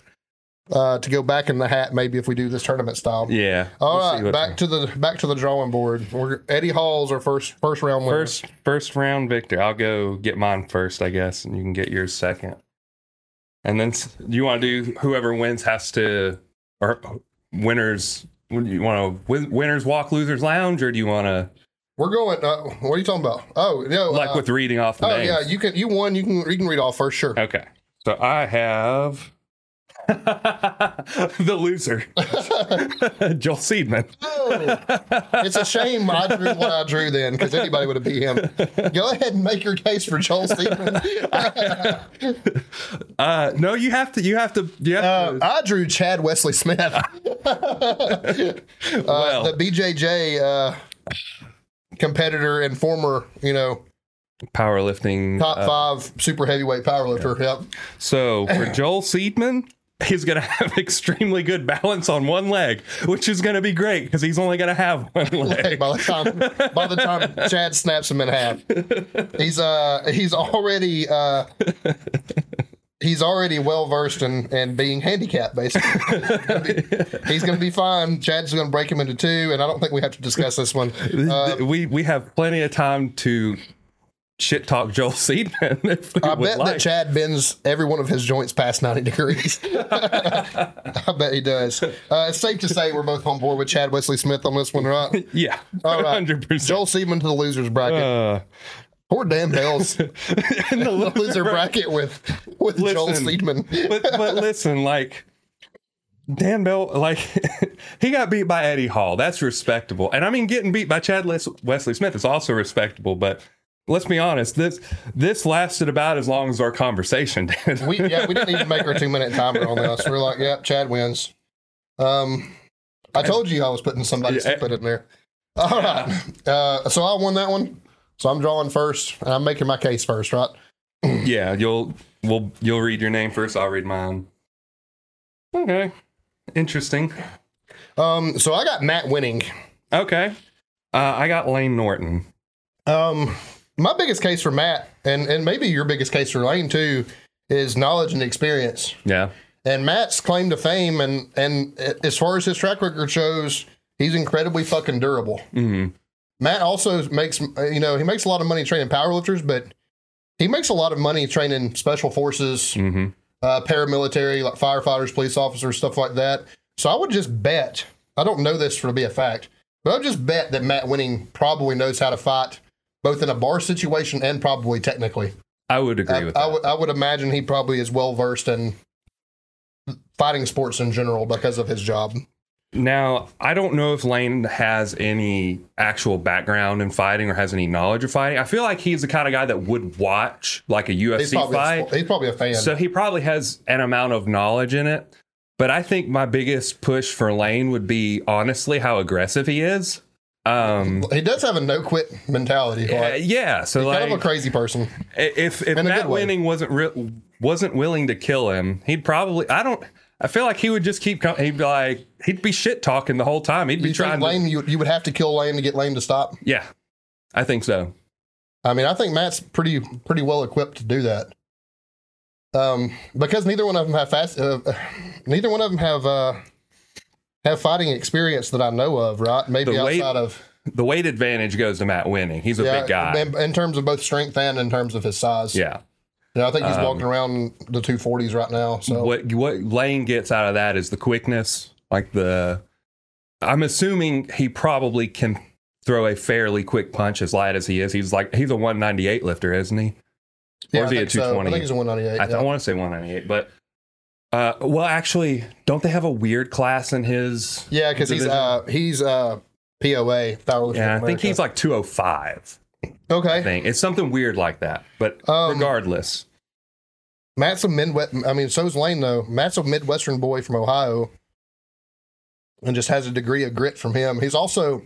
uh, to go back in the hat. Maybe if we do this tournament style. Yeah. All we'll see right, what- back to the back to the drawing board. We're, Eddie Hall's our first first round winner. first first round victor. I'll go get mine first, I guess, and you can get yours second. And then s- you want to do whoever wins has to or winners. what do You want to winners walk, losers lounge, or do you want to We're going. Uh, what are you talking about? Oh, no. like uh, with reading off the Oh names? yeah, you can. You won. You can. You can read all first. Sure. Okay. So I have the loser, Joel Seedman. Oh, it's a shame I drew what I drew then, because anybody would have beat him. Go ahead and make your case for Joel Steven. Uh, no, you have to. You have to. You have Uh, to I drew Chad Wesley Smith. Uh, well, the BJJ uh, competitor and former, you know, powerlifting. top uh, five super heavyweight powerlifter. Yep. so for Joel Seedman, he's going to have extremely good balance on one leg, which is going to be great because he's only going to have one Hey, leg. by the time by the time Chad snaps him in half, he's uh he's already uh he's already well versed in and being handicapped basically. He's gonna be- he's gonna be fine. Chad's gonna break him into two, and I don't think we have to discuss this one. Uh, we we have plenty of time to shit talk Joel Seedman. If we I would bet like. that Chad bends every one of his joints past 90 degrees. I bet he does. Uh, it's safe to say we're both on board with Chad Wesley Smith on this one, right? yeah, All right. hundred percent. Joel Seaman to the losers bracket. Uh, Poor Dan Bell's and the loser, loser bracket with with Joel Listen. Seaman. but but listen, like Dan Bell, like he got beat by Eddie Hall. That's respectable, and I mean getting beat by Chad Les- Wesley Smith is also respectable. But let's be honest this this lasted about as long as our conversation did. We yeah, we didn't even make our two minute timer on this. We're like, yep, Chad wins. Um, I told you I was putting somebody Yeah. stupid in there. All right. Uh, so I won that one. So I'm drawing first, and I'm making my case first, right? yeah, you'll we'll you'll read your name first. I'll read mine. Okay, interesting. Um, so I got Matt winning. Okay, uh, I got Lane Norton. Um, my biggest case for Matt, and and maybe your biggest case for Lane too, is knowledge and experience. Yeah, And Matt's claim to fame, and and as far as his track record shows, he's incredibly fucking durable. hmm Matt also makes you know he makes a lot of money training powerlifters, but he makes a lot of money training special forces, hmm uh, paramilitary, like firefighters, police officers, stuff like that. So I would just bet. I don't know this for to be a fact, but I would just bet that Matt Winning probably knows how to fight, both in a bar situation and probably technically. I would agree I, with I that. would I would imagine he probably is well versed in fighting sports in general because of his job. Now, I don't know if Lane has any actual background in fighting or has any knowledge of fighting. I feel like he's the kind of guy that would watch like a He's UFC probably, fight. he's probably a fan. So he probably has an amount of knowledge in it. But I think my biggest push for Lane would be honestly how aggressive he is. Um, he does have a no quit mentality. yeah, Like, yeah. So like, kind of a crazy person. i- if if in a Matt good way. Winning wasn't re- wasn't willing to kill him, he'd probably. I don't. I feel like he would just keep. Com- he'd be like. He'd be shit talking the whole time. He'd You be think trying. Lane, To, you, you would have to kill Lane to get Lane to stop. yeah, I think so. I mean, I think Matt's pretty pretty well equipped to do that. Um, because neither one of them have fast, uh, neither one of them have uh, have fighting experience that I know of. Right? Maybe The weight- outside of The weight advantage goes to Matt Winning. He's a big guy. In, in terms of both strength and in terms of his size. yeah. You know, I think he's walking around the two forties right now. So Um, what what Lane gets out of that is the quickness, like the. I'm assuming he probably can throw a fairly quick punch as light as he is. He's like he's a 198 lifter, isn't he? yeah, or is I he a think so. 220? I think he's a one ninety eight. I, th- I want to say 198, but uh, well, actually, don't they have a weird class in his? Yeah, because he's Division. uh, he's uh, POA. Powerlifting Yeah, I think America. he's like 205. I okay. think it's something weird like that. But Um, regardless, Matt's a Midwest. I mean, so's Lane though. Matt's a Midwestern boy from Ohio, and just has a degree of grit from him. He's also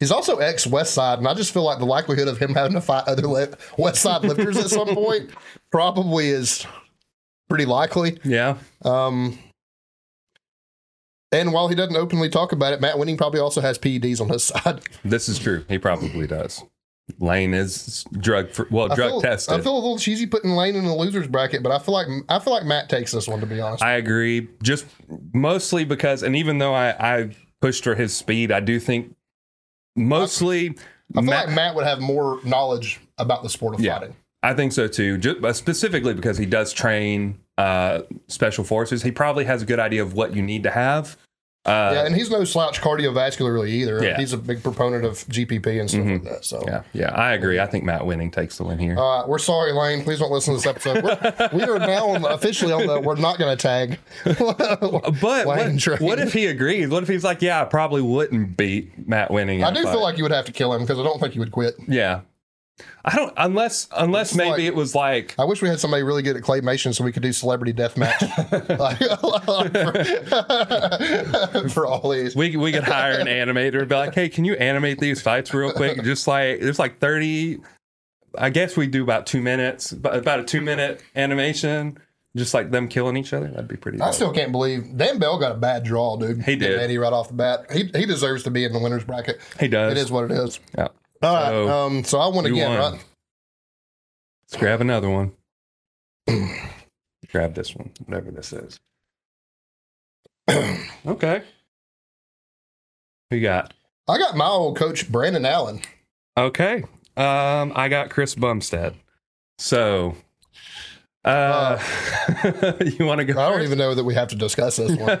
he's also ex West Side, and I just feel like the likelihood of him having to fight other li- West Side lifters at some point probably is pretty likely. yeah, Um, and while he doesn't openly talk about it, Matt Winning probably also has PEDs on his side. this is true. He probably does. Lane is drug fr- well I drug feel, tested. I feel a little cheesy putting Lane in the losers bracket, but I feel like I feel like Matt takes this one to be honest. I agree. Just mostly because, and even though I, I pushed for his speed, I do think mostly. I feel Ma- like Matt would have more knowledge about the sport of Yeah. fighting. I think so too. Just, but specifically because he does train uh, special forces, he probably has a good idea of what you need to have. Uh, yeah, and he's no slouch cardiovascularly either. Yeah. Mm-hmm. He's a big proponent of GPP and stuff like that. So, yeah, yeah, I agree. I think Matt Winning takes the win here. all right, we're sorry, Lane. Please don't listen to this episode. We're, we are now on the- officially on the. We're not going to tag. but Lane what, train. what if he agrees? What if he's like, yeah, I probably wouldn't beat Matt Winning. in I a do fight." feel like you would have to kill him because I don't think he would quit. yeah. I don't unless unless maybe like- it was like I wish we had somebody really good at claymation so we could do celebrity death match like, for, for all these. We we could hire an animator and be like, hey, can you animate these fights real quick? Just like there's like thirty. I guess we do about two minutes, about about a two minute animation, just like them killing each other. That'd be pretty. I dope. still can't believe Dan Bell got a bad draw, dude. He did. Eddie right off the bat. He he deserves to be in the winners bracket. he does. It is what it is. Yeah. All right. So, um, so I won you again, won. right? Let's grab another one. grab this one, whatever this is. okay. We got I got my old coach Brandon Allen. okay. Um, I got Chris Bumstead. So, uh, you want to go? I don't even know that we have to discuss this one.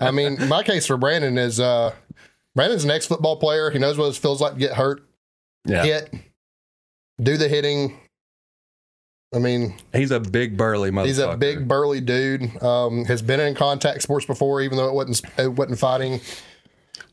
I mean, my case for Brandon is uh, Brandon's an ex football player. He knows what it feels like to get hurt, yeah. hit, do the hitting. I mean, He's a big burly motherfucker. he's a big burly dude. Um, has been in contact sports before, even though it wasn't it wasn't fighting.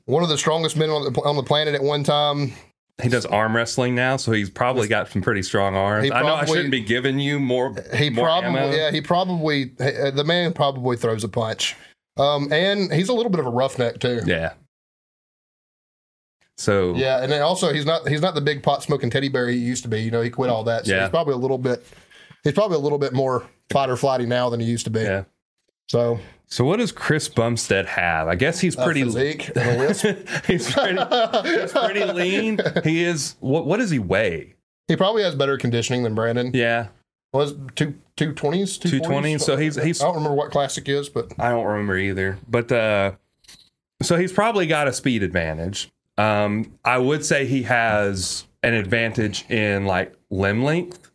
One of the strongest men on the, on the planet at one time. He does arm wrestling now, so he's probably got some pretty strong arms. He I know I probably- shouldn't be giving you more. He more probably, ammo. yeah, he probably, uh, the man probably throws a punch. Um, and he's a little bit of a roughneck too. yeah. So Yeah, and then also he's not he's not the big pot smoking teddy bear he used to be. You know, he quit all that. So Yeah. he's probably a little bit he's probably a little bit more fight or flighty now than he used to be. Yeah. So so what does Chris Bumstead have? I guess he's uh, pretty. physique and a lisp. he's pretty. He's pretty lean. He is. What What does he weigh? he probably has better conditioning than Brandon. Yeah, Was two two twenties, two twenty. So he's he's. I don't remember what classic is, but I don't remember either. But uh, so he's probably got a speed advantage. Um, I would say he has an advantage in like limb length.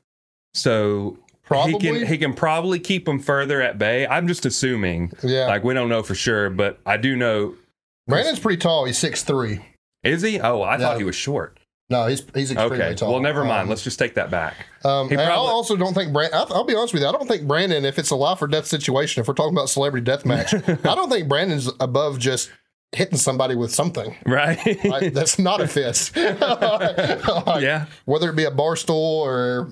So probably he can he can probably keep him further at bay. I'm just assuming. yeah. Like we don't know for sure, but I do know. Brandon's pretty tall. He's six three. Is he? Oh, I No. thought he was short. No, he's he's extremely Okay. tall. Well, never mind. Um, Let's just take that back. Um, He and I probably- also don't think Brandon. I'll, I'll be honest with you. I don't think Brandon, if it's a life or death situation, if we're talking about celebrity death match, I don't think Brandon's above just hitting somebody with something. Right. Like, that's not a fist. Like, yeah. Whether it be a bar stool or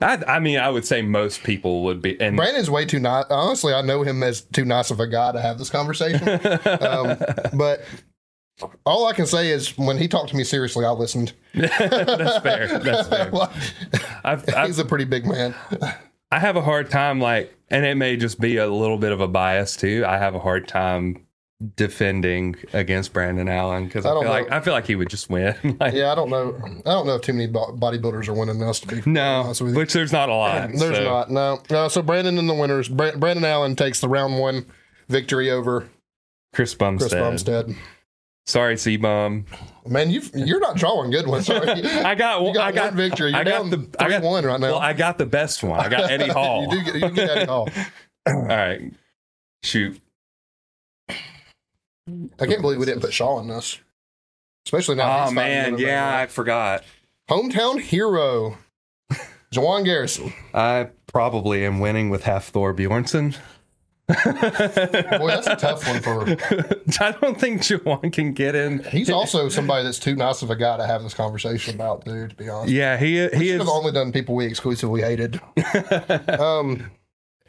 I, I mean, I would say most people would be. And Brandon's way too nice. Honestly, I know him as too nice of a guy to have this conversation. um, but all I can say is when he talked to me seriously, I listened. that's fair. That's fair. I've, I've, He's a pretty big man. I have a hard time, like, and it may just be a little bit of a bias too. I have a hard time defending against Brandon Allen because I, I don't feel like know. I feel like he would just win. like, Yeah, I don't know. I don't know if too many bo- bodybuilders are winning this. To be No, honest with you. which there's not a lot. There's so- not. No. No. So Brandon in the winners. Bra- Brandon Allen takes the round one victory over Chris Bumstead. Chris Bumstead. Sorry, C Bum. Man, you you're not drawing good ones. Are you? I got You one. got I got one victory. You're I got down the- I got- 3-1 right now. Well, I got the best one. I got Eddie Hall. you do get, you get Eddie Hall. All right, shoot. I can't believe we didn't put Shaw in this, especially now. Oh he's fighting man, in a- yeah, I forgot. hometown hero, Jawan Garrison. I probably am winning with half Thor Bjornson. Boy, that's a tough one for. I don't think Jawan can get in. He's also somebody that's too nice of a guy to have this conversation about, dude. To be honest, Yeah, he he should is. have only done people we exclusively hated. um,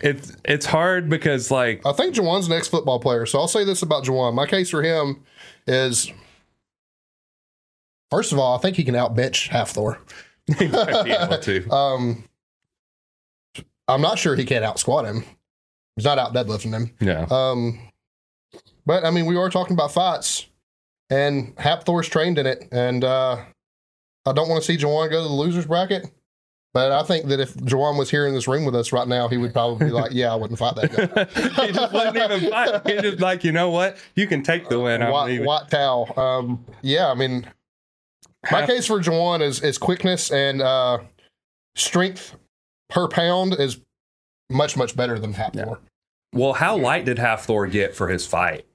It's it's hard because like I think Jawan's an ex football player, so I'll say this about Jawan. My case for him is first of all, I think he can outbench half Thor. he might be able to. Um, I'm not sure he can't out squat him. He's not out deadlifting him. Yeah, Um, but I mean, we are talking about fights, and Hap Thor's trained in it, and uh, I don't want to see Jawan go to the losers bracket. But I think that if Jawan was here in this room with us right now, he would probably be like, "Yeah, I wouldn't fight that guy." he just wouldn't even fight. He's just like you know what, you can take the win. I'm White, leaving. white towel. Um, yeah, I mean, my Half- case for Jawan is is quickness and uh, strength per pound is much much better than Hap Yeah. Thor. Well, how light did Half Thor get for his fight?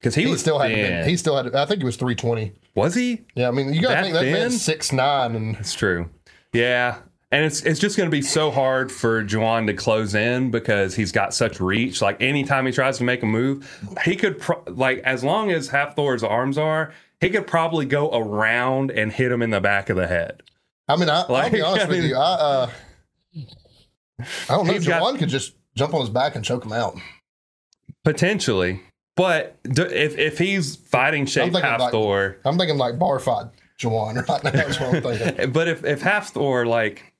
Because he, He, was still had. thin. He still had. I think he was three twenty. was he? Yeah, I mean, you got That to think that thin? man's six nine, and That's true. Yeah. And it's it's just going to be so hard for Juwan to close in because he's got such reach. Like anytime he tries to make a move, he could pro- like as long as Half Thor's arms are, he could probably go around and hit him in the back of the head. I mean, I, I'll Like, be honest I with mean- you. I uh, I don't know. Jawan He's got- could just jump on his back and choke him out. Potentially. But d- if if he's fighting shape thinking Half like- Thor, I'm thinking like bar fight Jawan right now. That's what I'm thinking. but if if half Thor like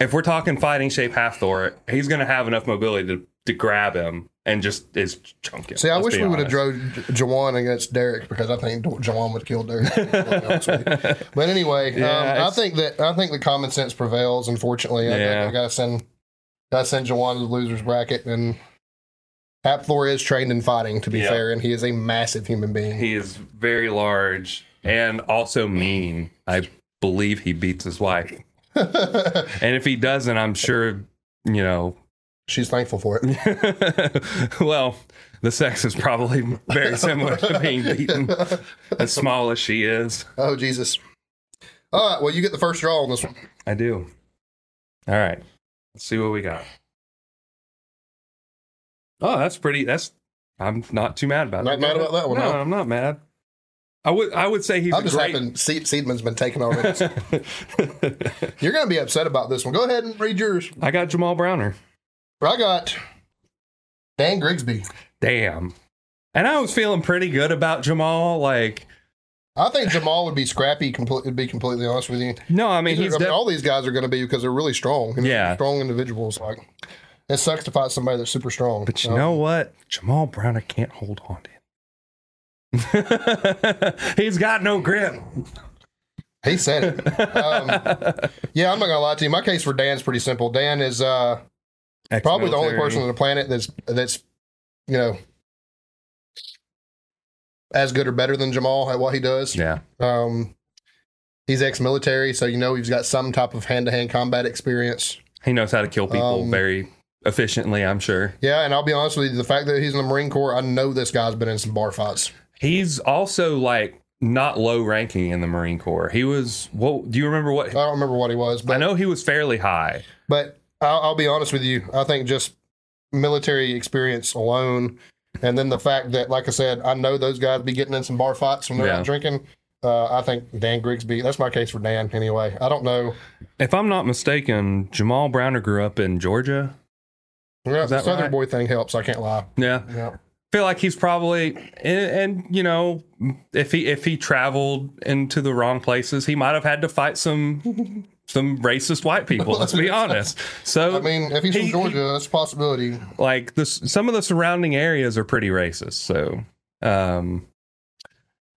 if we're talking fighting shape half Thor, he's gonna have enough mobility to, to grab him and just is chunk him. See, I let's wish be we would have honest. drove Jawan against Derek because I think Jawan would kill Derek. to be honest with you. but anyway, Yeah, um, I it's- think that I think the common sense prevails. Unfortunately, I, Yeah. think I gotta send gotta send Jawan to the losers bracket. And Hapthor is trained in fighting, to be Yeah. fair, and he is a massive human being. He is very large and also mean. I believe he beats his wife, and if he doesn't, I'm sure you know. She's thankful for it. well, the sex is probably very similar to being beaten, as small as she is. Oh Jesus! All right, well, you get the first draw on this one. I do. All right. Let's see what we got. Oh, that's pretty. That's. I'm not too mad about Not that. mad about that one, No, huh? I'm not mad. I would. I would say he's I'm a just great. happened. Se- Seedman's been taken already. You're gonna be upset about this one. Go ahead and read yours. I got Jamal Browner. I got Dan Grigsby. Damn. And I was feeling pretty good about Jamal. Like, I think Jamal would be scrappy. Complete, to be completely honest with you. no, I mean These are- he's. I mean, def- all these guys are going to be because they're really strong. you know, Yeah. strong individuals. Like it sucks to fight somebody that's super strong. But you Um, know what? Jamal Browner can't hold on to him. he's got no grip. Um, he said it. um, yeah, I'm not gonna lie to you. My case for Dan's pretty simple. Dan is uh, probably the only Ex-military. person on the planet that's that's you know as good or better than Jamal at what he does. Yeah. Um, he's ex-military, so you know he's got some type of hand-to-hand combat experience. He knows how to kill people Um, very efficiently, I'm sure. Yeah, and I'll be honest with you, the fact that he's in the Marine Corps, I know this guy's been in some bar fights. He's also like not low ranking in the Marine Corps. He was what? Do you remember I what? don't remember what he was, I but know he was fairly high. but I'll, I'll be honest with you. I think just military experience alone, and then the fact that, like I said, I know those guys be getting in some bar fights when they're Yeah. out drinking. Uh, I think Dan Grigsby. That's my case for Dan. Anyway, I don't know. If I'm not mistaken, Jamal Browner grew up in Georgia. Yeah, that Southern right? boy thing helps. I can't lie. Yeah, Yeah. feel like he's probably and, and you know if he if he traveled into the wrong places he might have had to fight some some racist white people let's be honest so I mean, if he's He- from Georgia, that's a possibility. like this some of the surrounding areas are pretty racist so um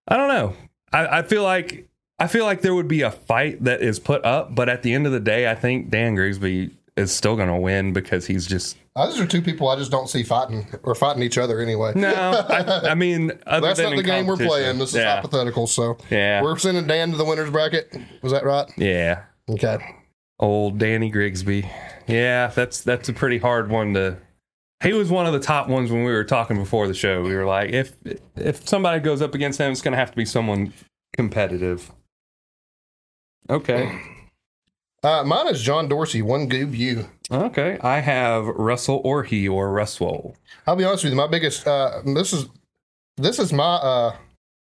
i don't know i i feel like i feel like there would be a fight that is put up but at the end of the day i think dan grigsby is still going to win because he's just Uh, those are two people I just don't see fighting or fighting each other anyway. no i, I mean other that's than not in the game we're competition. playing. This is yeah hypothetical. So yeah we're sending Dan to the winners bracket. Was that right? yeah Okay. Old Danny Grigsby. Yeah, that's that's a pretty hard one to. He was one of the top ones when we were talking before the show. We were like, if if somebody goes up against him, it's going to have to be someone competitive. Okay, Uh, mine is John Dorsey. One goob you. okay. I have Russell Orhe or Russell. I'll be honest with you. My biggest. Uh, this is this is my uh,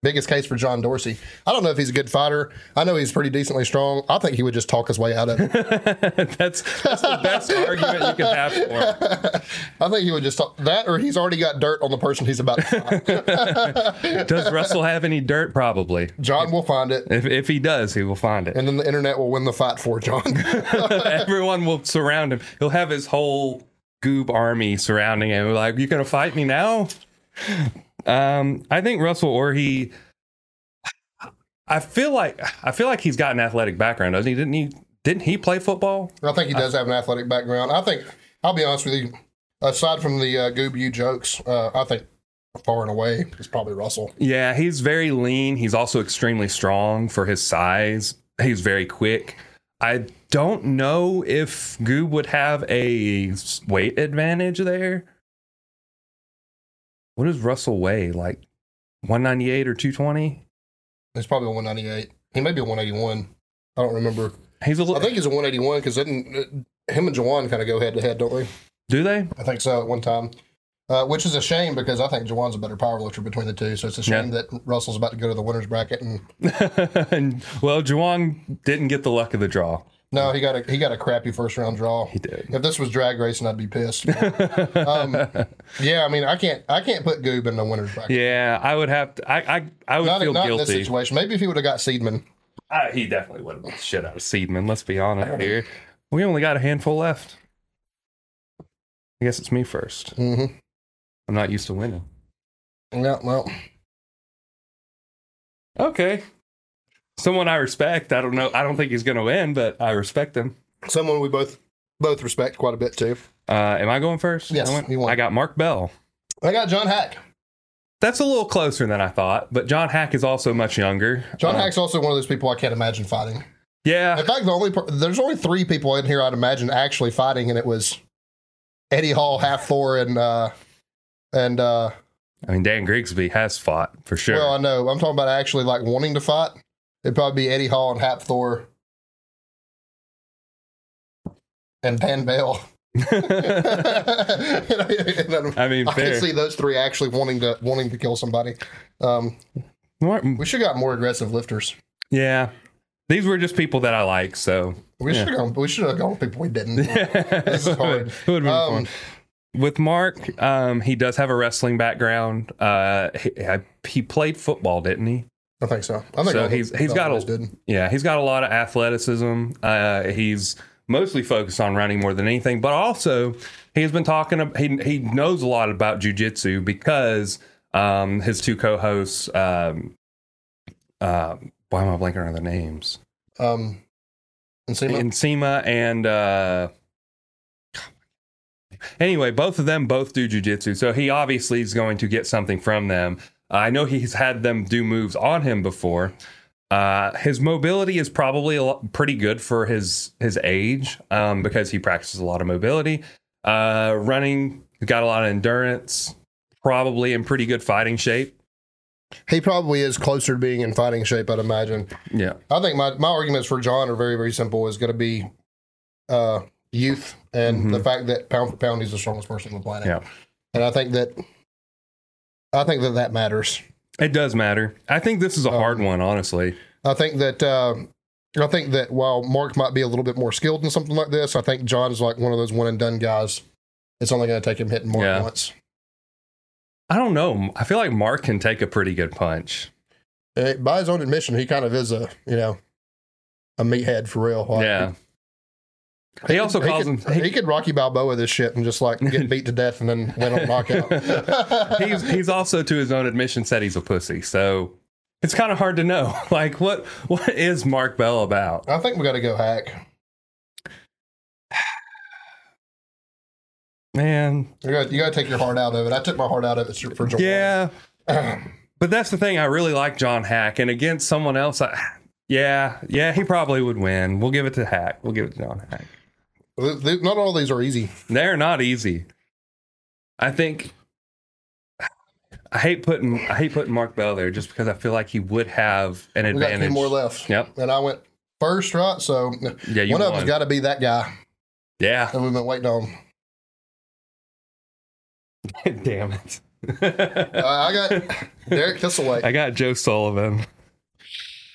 biggest case for John Dorsey. I don't know if he's a good fighter. I know he's pretty decently strong. I think he would just talk his way out of it. that's that's the best argument you could have for him. I think he would just talk that, or he's already got dirt on the person he's about to fight. Does Russell have any dirt? Probably. John will find it, If if he does, he will find it. and then the internet will win the fight for John. Everyone will surround him. He'll have his whole goob army surrounding him. Like, you gonna fight me now? Um, I think Russell Orhe. I feel like I feel like he's got an athletic background, doesn't he? Didn't he? Didn't he play football? I think he does have an athletic background. I think I'll be honest with you. Aside from the uh, Goob you jokes, uh, I think far and away is probably Russell. Yeah, he's very lean. He's also extremely strong for his size. He's very quick. I don't know if Goob would have a s- weight advantage there. What does Russell weigh? Like 198 or 220? He's probably a 198. He may be a 181. I don't remember. He's a I little. think he's a 181 because didn't uh, him and Jawan kind of go head to head, don't they? Do they? I think so at one time. Uh, which is a shame because I think Jawan's a better power lifter between the two. So it's a shame that Russell's about to go to the winner's bracket and and, well, Juwan didn't get the luck of the draw. no, he got a he got a crappy first round draw. He did. If this was drag racing, I'd be pissed. um, yeah, I mean, I can't I can't put Goob in the winner's bracket. Yeah, I would have to. I I, I would not, feel not in this guilty. situation. Maybe if he would have got Seedman. I, he definitely would have beat the shit out of Seedman. Let's be honest here. We only got a handful left. I guess it's me first. Mm-hmm. I'm not used to winning. Yeah, well, Okay. Someone I respect. I don't know. I don't think he's going to win, but I respect him. someone we both both respect quite a bit too. Uh, am I going first? Yes, I, went- you won. I got Mark Bell. I got John Hack. That's a little closer than I thought, but John Hack is also much younger. John Uh, Hack's also one of those people I can't imagine fighting. Yeah. In fact, the only per- there's only three people in here I'd imagine actually fighting, and it was Eddie Hall, Half Thor, and uh, and uh, I mean, Dan Grigsby has fought for sure. well, I know I'm talking about actually like wanting to fight. It'd probably be Eddie Hall and Half Thor and Van Bell. I mean, I fair. can see those three actually wanting to wanting to kill somebody. Um, Mark- we should got more aggressive lifters. yeah. These were just people that I like, so We should have gone. We should have gone with people we didn't. this is hard. It would have been Um, fun. With Mark, um, he does have a wrestling background. Uh, he, I- he played football, didn't he? I think so. I think So all the- he's- he's all got of us a- did. Yeah, he's got a lot of athleticism. Uh, he's mostly focused on running more than anything, but also he's been talking. ab- He he knows a lot about jujitsu because um, his two co-hosts. Um, uh, why am I blanking on the names? Um, and see, and Sema and uh anyway, both of them both do jujitsu. So he obviously is going to get something from them. I know he's had them do moves on him before. Uh, his mobility is probably a lot, pretty good for his his age um, because he practices a lot of mobility. Uh, running, he's got a lot of endurance, probably in pretty good fighting shape. He probably is closer to being in fighting shape, I'd imagine. Yeah. I think my, my arguments for John are very, very simple. Is going to be uh, youth and the fact that pound for pound, he's the strongest person on the planet. Mm-hmm. Yeah. And I think that I think that that matters. It does matter. I think this is a hard one, honestly. I think that uh, I think that while Mark might be a little bit more skilled in something like this, I think John is like one of those one and done guys. It's only going to take him hitting Mark Yeah. once. I don't know. I feel like Mark can take a pretty good punch. Eh, by his own admission, he kind of is a you know a meathead for real. Like, yeah. He, also could- calls he him. could, he could Rocky Balboa this shit and just like get beat to death and then win on knockout. he's he's also to his own admission said he's a pussy. So it's kind of hard to know. Like what what is Mark Bell about? I think we got to go hack. Man, You got you got to take your heart out of it. I took my heart out of it for Jawan. yeah. But that's the thing. I really like John Hack, and against someone else, I, yeah, yeah, he probably would win. We'll give it to Hack. We'll give it to John Hack. Th- th- not all these are easy. They're not easy. I think I hate putting I hate putting Mark Bell there just because I feel like he would have an We got two advantage. more left. Yep. And I went first, right? So Yeah, you one of won. them's got to be that guy yeah. that we've been waiting on. Damn it. Uh, I got Derek Thistleway. I got Joe Sullivan.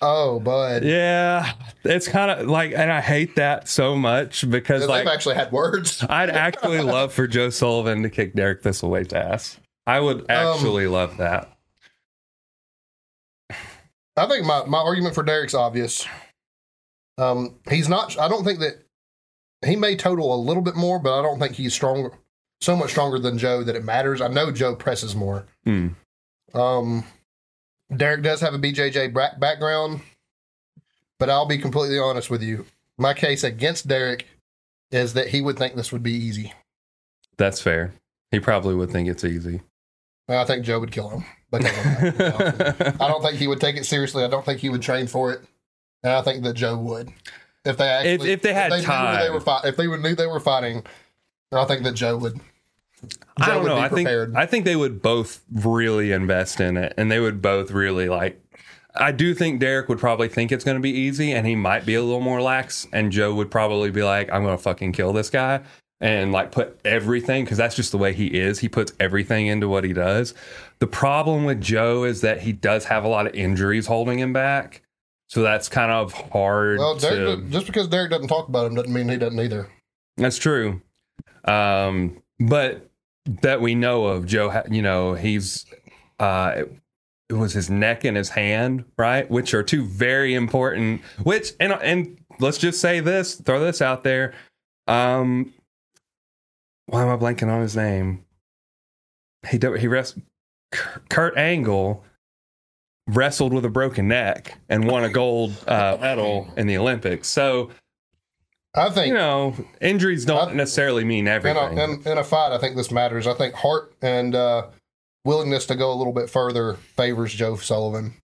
Oh, bud. Yeah, it's kind of like, and I hate that so much because They've like actually had words. I'd actually love for Joe Sullivan to kick Derek Thistlewaite's ass. I would actually love that. I think my, my argument for Derek's obvious. Um, he's not. I don't think that he may total a little bit more, but I don't think he's strong, so much stronger than Joe that it matters. I know Joe presses more. Hmm. Um, Derek does have a BJJ bra- background, but I'll be completely honest with you. My case against Derek is that he would think this would be easy. That's fair. He probably would think it's easy. And I think Joe would kill him. Because of that. I don't think he would take it seriously. I don't think he would train for it, and I think that Joe would if they actually if they had knew who they time. were fight, if they were, knew they were fighting. I think that Joe would. I Joe don't would know. be I think prepared. I think they would both really invest in it, and they would both really like. I do think Derek would probably think it's going to be easy, and he might be a little more lax. And Joe would probably be like, "I'm going to fucking kill this guy," and like put everything because that's just the way he is. He puts everything into what he does. The problem with Joe is that he does have a lot of injuries holding him back, so that's kind of hard. Well, Derek, to, doesn't- just because Derek doesn't talk about him doesn't mean he doesn't either. that's true. Um, but that we know of, Joe, ha- you know, he's, uh, it, it was his neck and his hand, right? Which are two very important, which, and, and let's just say this, throw this out there. Um, why am I blanking on his name? He, do- he rest, Kurt Angle wrestled with a broken neck and won a gold uh, medal in the Olympics. So, I think you know, injuries don't necessarily mean in a, everything. in, in a fight, I think this matters. I think heart and uh, willingness to go a little bit further favors Joe Sullivan.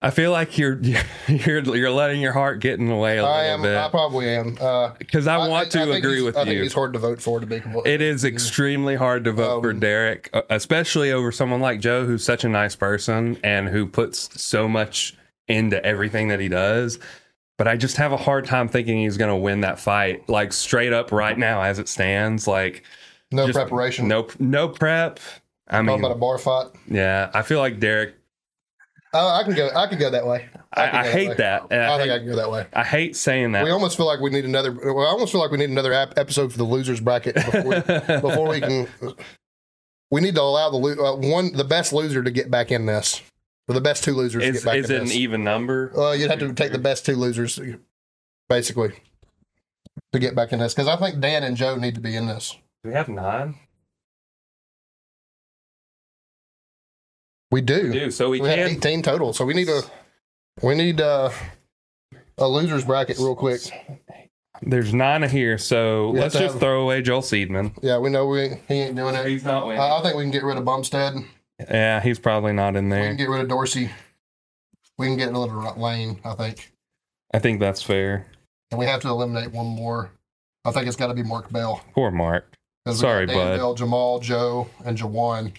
I feel like you're you're you're letting your heart get in the way a I little am. I bit probably am. Uh, because I, want to I think agree he's- with I think you. he's hard to vote for to be completely. It is extremely hard to vote for Um, Derek, uh, especially over someone like Joe, who's such a nice person and who puts so much into everything that he does. But I just have a hard time thinking he's going to win that fight, like straight up right now as it stands. Like no just preparation. No, no no prep. I talking mean, about a bar fight. yeah, I feel like Derek. Oh, I can go. I can go that way. can I, I go hate way. that. and I I hate- think I can go that way. I hate saying We that. almost feel like we need another. Well, I almost feel like we need another ap- episode for the losers bracket before we, before we can. We need to allow the lo- uh, one the best loser to get back in this, or the best two losers to is get back is in it an this. even number? well, you'd have to take the best two losers, basically, to get back in this. Because I think Dan and Joe need to be in this. Do we have nine? We do. We do. So we We had can. eighteen total, so we need a we need uh, a losers bracket real quick. There's nine here. So We have let's to just have- throw away Joel Seedman. Yeah, we know we ain't- he ain't doing it. Uh-huh. He's not winning. I I think we can get rid of Bumstead. yeah, he's probably not in We can there. get rid of Dorsey. We can get rid of Lane, I think. I think that's fair. And we have to eliminate one more. I think it's got to be Mark Bell. Poor Mark. 'Cause we Sorry, got Dan bud. Bell, Jamal, Joe, and Jawan.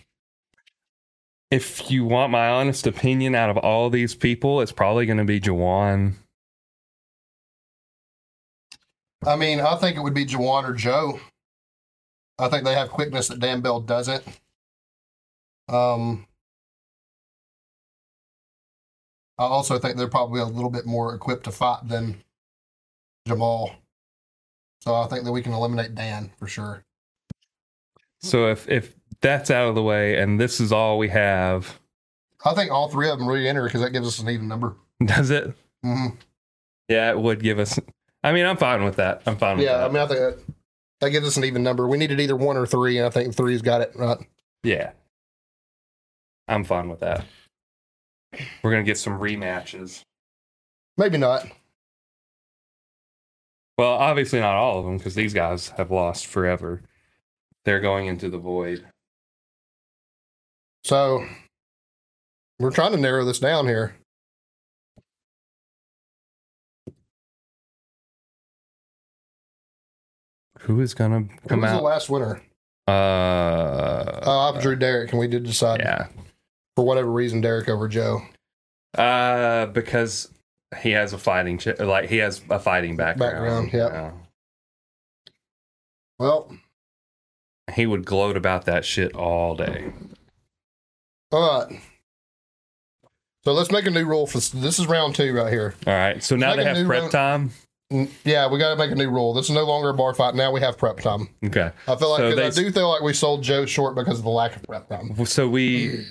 if you want my honest opinion out of all these people, it's probably going to be Jawan. I mean, I think it would be Jawan or Joe. I think they have quickness that Dan Bell doesn't. Um, I also think they're probably a little bit more equipped to fight than Jamal. So I think that we can eliminate Dan for sure. So if if that's out of the way and this is all we have, I think all three of them re-enter because that gives us an even number. does it? Mhm. Yeah, it would give us. I mean, I'm fine with that. I'm fine with Yeah, I that. mean, I think that that gives us an even number. We needed either one or three, and I think three's got it right. yeah, I'm fine with that. We're gonna get some rematches. Maybe not. Well, obviously not all of them because these guys have lost forever. They're going into the void. So we're trying to narrow this down here. Who is gonna Who come was the out? last winner? Uh, Uh, I drew Derek, and we did decide yeah. for whatever reason Derek over Joe Uh, because he has a fighting ch- like he has a fighting background. Background, yep. Well, Yeah. He would gloat about that shit all day. all right. So let's make a new rule for this. This is round two right here. All right. So now Like they a have new prep round- time. N- Yeah, we got to make a new rule. This is no longer a bar fight. Now we have prep time. Okay. I feel like So 'cause they- I do feel like we sold Joe short because of the lack of prep time. So we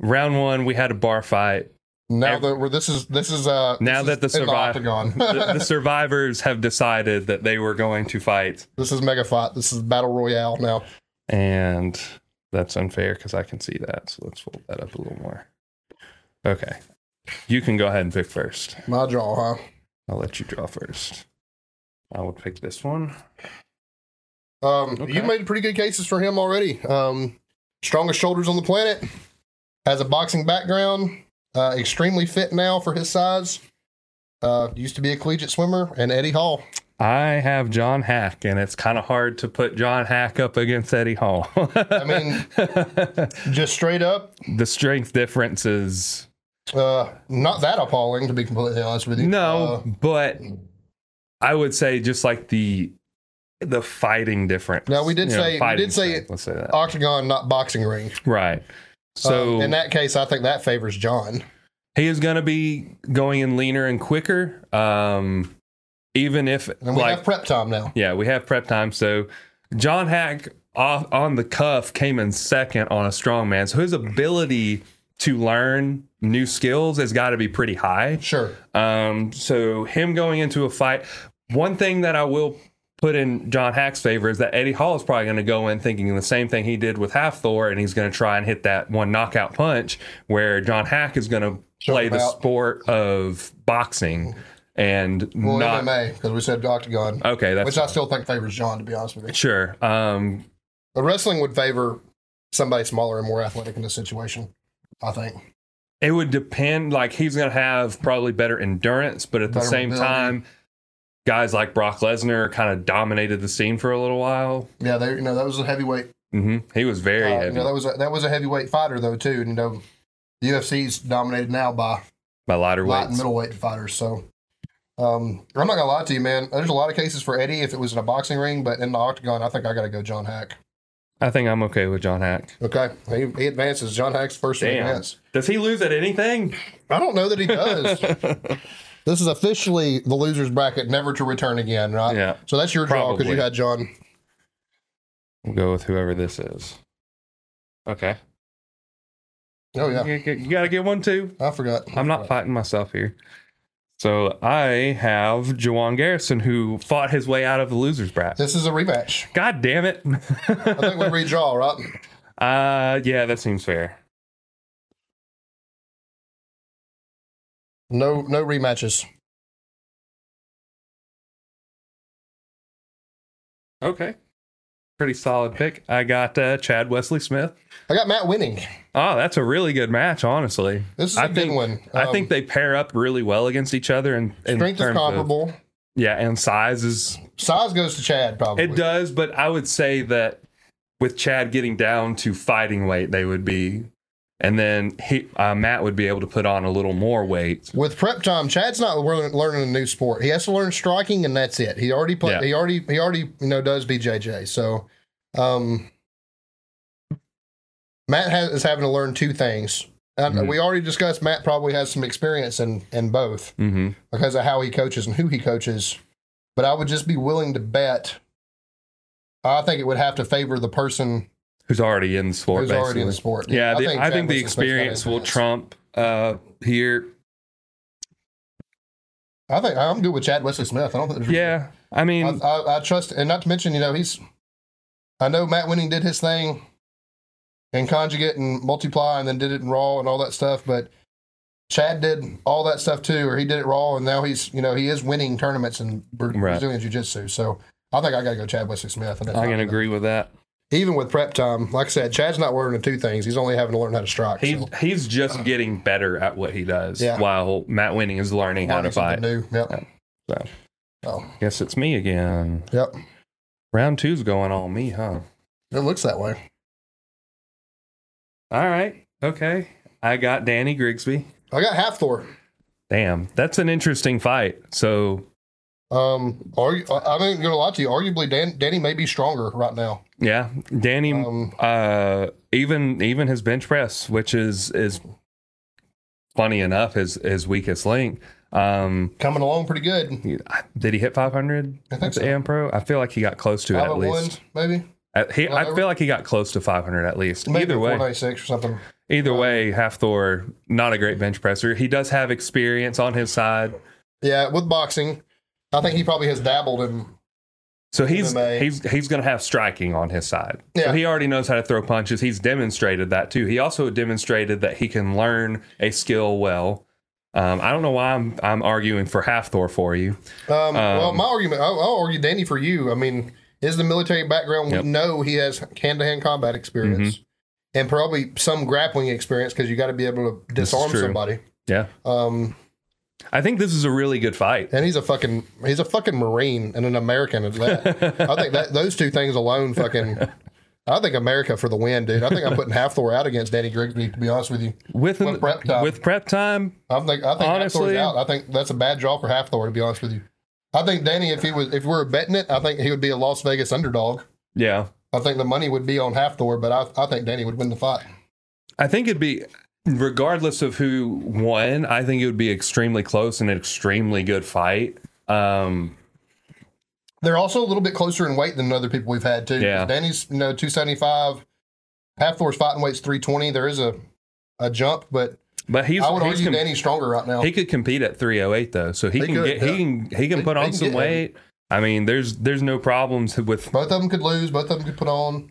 round one we had a bar fight. Now Ev- that we're this is this is uh Now this that the is in survive- octagon. The, the survivors have decided that they were going to fight, this is mega fight. This is battle royale now. and that's unfair because I can see that. So let's fold that up a little more. Okay. You can go ahead and pick first. My jaw, huh? I'll let you draw first. I will pick this one. Um, Okay. You made pretty good cases for him already. Um, strongest shoulders on the planet, has a boxing background, uh, extremely fit now for his size. Uh, used to be a collegiate swimmer and Eddie Hall. I have John Hack, and it's kind of hard to put John Hack up against Eddie Hall. I mean- mean, Just straight up, the strength difference is uh, not that appalling to be completely honest with you. no, but I would say just like the the fighting difference. No, we did know, say- we fighting did say strength, let's say uh, that octagon, not boxing ring. right. So Um, in that case, I think that favors John. he is going to be going in leaner and quicker. Um, even if And we like have prep time now. Yeah, we have prep time. So John Hack off on the cuff came in second on a strongman. So his ability to learn new skills has got to be pretty high. Sure. Um, so him going into a fight, one thing that I will put in John Hack's favor is that Eddie Hall is probably going to go in thinking the same thing he did with Half Thor, and he's going to try and hit that one knockout punch where John Hack is going to Show play him the out. sport of boxing and Well, not MMA because we said octagon, okay. That's which I still think favors John. To be honest with you. sure. Um, The wrestling would favor somebody smaller and more athletic in this situation, I think. It would depend. Like he's going to have probably better endurance, but at the Better same mobility. time, guys like Brock Lesnar kind of dominated the scene for a little while. Yeah, they, you know that was a heavyweight. hmm He was Uh, very you heavy know, that was a, that was a heavyweight fighter though too. And, you know, the UFC's dominated now by by lighter light and weights. middleweight fighters. So um, I'm not gonna lie to you, man. There's a lot of cases for Eddie if it was in a boxing ring, but in the octagon, I think I gotta go John Hack. I think I'm okay with John Hack. Okay, he, he advances. John Hack's first to Damn. advance. Does he lose at anything? I don't know that he does. this is officially the losers bracket, never to return again. Right? Yeah, So that's your draw because Probably. you had John. we'll go with whoever this is. Okay. Oh yeah, You, you gotta get one too. I forgot. I'm not fighting myself here. So I have Jawan Garrison, who fought his way out of the losers bracket. This is a rematch. God damn it! I think we redraw, right? Uh, yeah, that seems fair. No, no rematches. Okay, pretty solid pick. I got uh, Chad Wesley Smith. I got Matt winning. Oh, that's a really good match, honestly. This is a I good think- one. I Um, think they pair up really well against each other, and in strength is terms of- comparable. yeah, and size is Size goes to Chad probably. it does, but I would say that with Chad getting down to fighting weight, they would be and then he, uh, Matt would be able to put on a little more weight. With prep time, Chad's not learn- learning a new sport. He has to learn striking, and that's it. He already play, Yeah. He already he already you know does BJJ. So, um, Matt has, is having to learn two things. And Mhm. We already discussed Matt probably has some experience in in both Mm-hmm. because of how he coaches and who he coaches. But I would just be willing to bet. I think it would have to favor the person Who's already in the sport? who's already in the sport. Yeah, the, I think, Chad the Winston's supposed to have experience will advanced. trump uh, here. I think I'm good with Chad Wesley Smith. I don't think there's really Yeah, I mean, Mm-hmm. I, I, I trust, and not to mention, you know, he's. I know Matt Winning did his thing in conjugate and multiply, and then did it in raw and all that stuff. But Chad did all that stuff too, or he did it raw, and now he's, you know, he is winning tournaments in Bra- Right. Brazilian Jiu Jitsu. So I think I got to go Chad Wesley Smith. And I can agree with that. Even with prep time, like I said, Chad's not learning two things. He's only having to learn how to strike. He's so uh, he's just getting better at what he does, Yeah. while Matt Winning is learning how to learning something fight. new. Yep. So. Oh, Guess it's me again. yep. Round two's going on me, huh? It looks that way. All right, okay. I got Danny Grigsby. I got half Thor. Damn, that's an interesting fight. So Um, argu- I I ain't gonna lie to you. Arguably, Dan, Danny may be stronger right now. yeah, Danny, Um, uh, even even his bench press, which is is funny enough, his his weakest link. Um, coming along pretty good. he- did he hit 500 I think at the so. AM Pro? I feel like he got close to it Five at at one, least. maybe. At- he, I Well, feel like he got close to 500 at least. maybe uh, Either way, 496 or something. Either way, Half Thor, not a great bench presser. He does have experience on his side. Yeah, with boxing, I think he probably has dabbled in. um, So he's MMA. he's he's going to have striking on his side. So Yeah. he already knows how to throw punches. He's demonstrated that too. He also demonstrated that he can learn a skill well. Um, I don't know why I'm I'm arguing for Half Thor for you. Um, well, my argument, I'll, I'll argue Danny for you. I mean, is the military background? Yep. Mm-hmm. We know he has hand-to-hand combat experience and probably some grappling experience because you got to be able to This is disarm true. somebody. Yeah, Um, I think this is a really good fight. and he's a fucking he's a fucking marine and an American at that. I think that those two things alone fucking. I think America for the win, dude. I think I'm putting half Thor out against Danny Grigsby. To be honest with you, With With prep time. with prep time, I think I think half Thor's Honestly- out. I think that's a bad draw for half Thor. To be honest with you, I think Danny, if he was if we were betting it, I think he would be a Las Vegas underdog. yeah, I think the money would be on half Thor, but I, I think Danny would win the fight. I think it'd be, regardless of who won, I think it would be extremely close and an extremely good fight. Um, They're also a little bit closer in weight than other people we've had too. Yeah. Danny's you know two seventy five. Half Thor's fighting weight's three twenty. There is a a jump, but but he's, I would he's argue com- Danny's stronger right now. he could compete at 308 though, so he, He can Oh. could, get he yeah. can he can They- put on they can some get him. weight. I mean, there's there's no problems with. both of them could lose. Both of them could put on.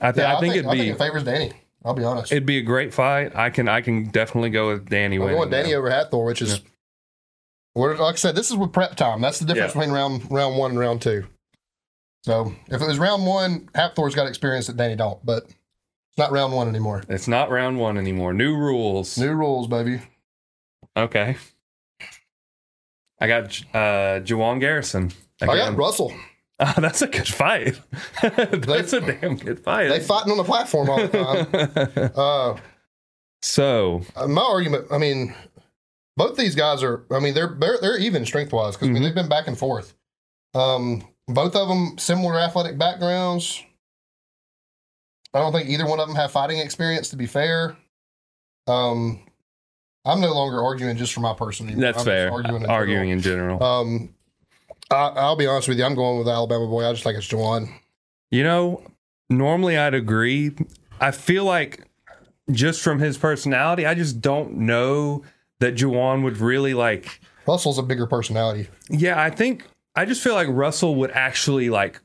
I, th- I, think it'd I be think it favors Danny. I'll be honest. it'd be a great fight. I can I can definitely go with Danny. I'm winning, going Danny though. over Hathor, which is what like I said, this is with prep time. That's the difference Yeah. between round round one and round two. So if it was round one, Hathor's got experience that Danny don't, but it's not round one anymore. It's not round one anymore. New rules. New rules, baby. Okay. I got uh Jawan Garrison. I again. got Russell. Oh, that's a good fight. that's a damn good fight. They fighting on the platform all the time. uh, so Uh, my argument, I mean, both these guys are, I mean, they're they're, they're even strength wise because I mean, Mhm. they've been back and forth. Um, both of them similar athletic backgrounds. I don't think either one of them have fighting experience. To be fair, um, I'm no longer arguing just for my person. anymore. that's I'm just fair. Arguing, Arguing, in general. in general. Um, I, I'll be honest with you. I'm going with Alabama boy. I just think it's Jawan. you know, normally I'd agree. I feel like just from his personality, I just don't know that Juwan would really like. Russell's a bigger personality. Yeah, I think I just feel like Russell would actually like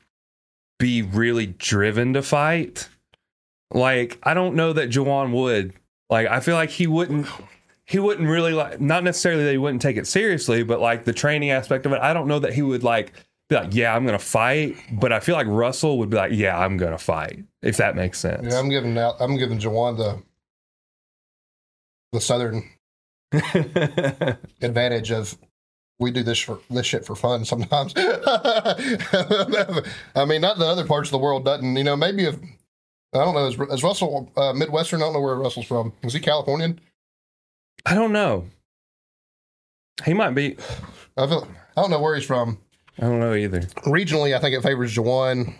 be really driven to fight. Like I don't know that Jawan would. Like I feel like he wouldn't. He wouldn't really like. Not necessarily that he wouldn't take it seriously, but like the training aspect of it, I don't know that he would like be like, yeah, I'm gonna fight. But I feel like Russell would be like, yeah, I'm gonna fight. If that makes sense. Yeah, I'm giving Al- I'm giving Jawan the the southern advantage of we do this for this shit for fun sometimes. I mean, not that other parts of the world doesn't. You know, maybe if I don't know. Is, is Russell uh, Midwestern? I don't know where Russell's from. Is he Californian? I don't know. He might be. I, feel, I don't know where he's from. I don't know either. Regionally, I think it favors Jawan.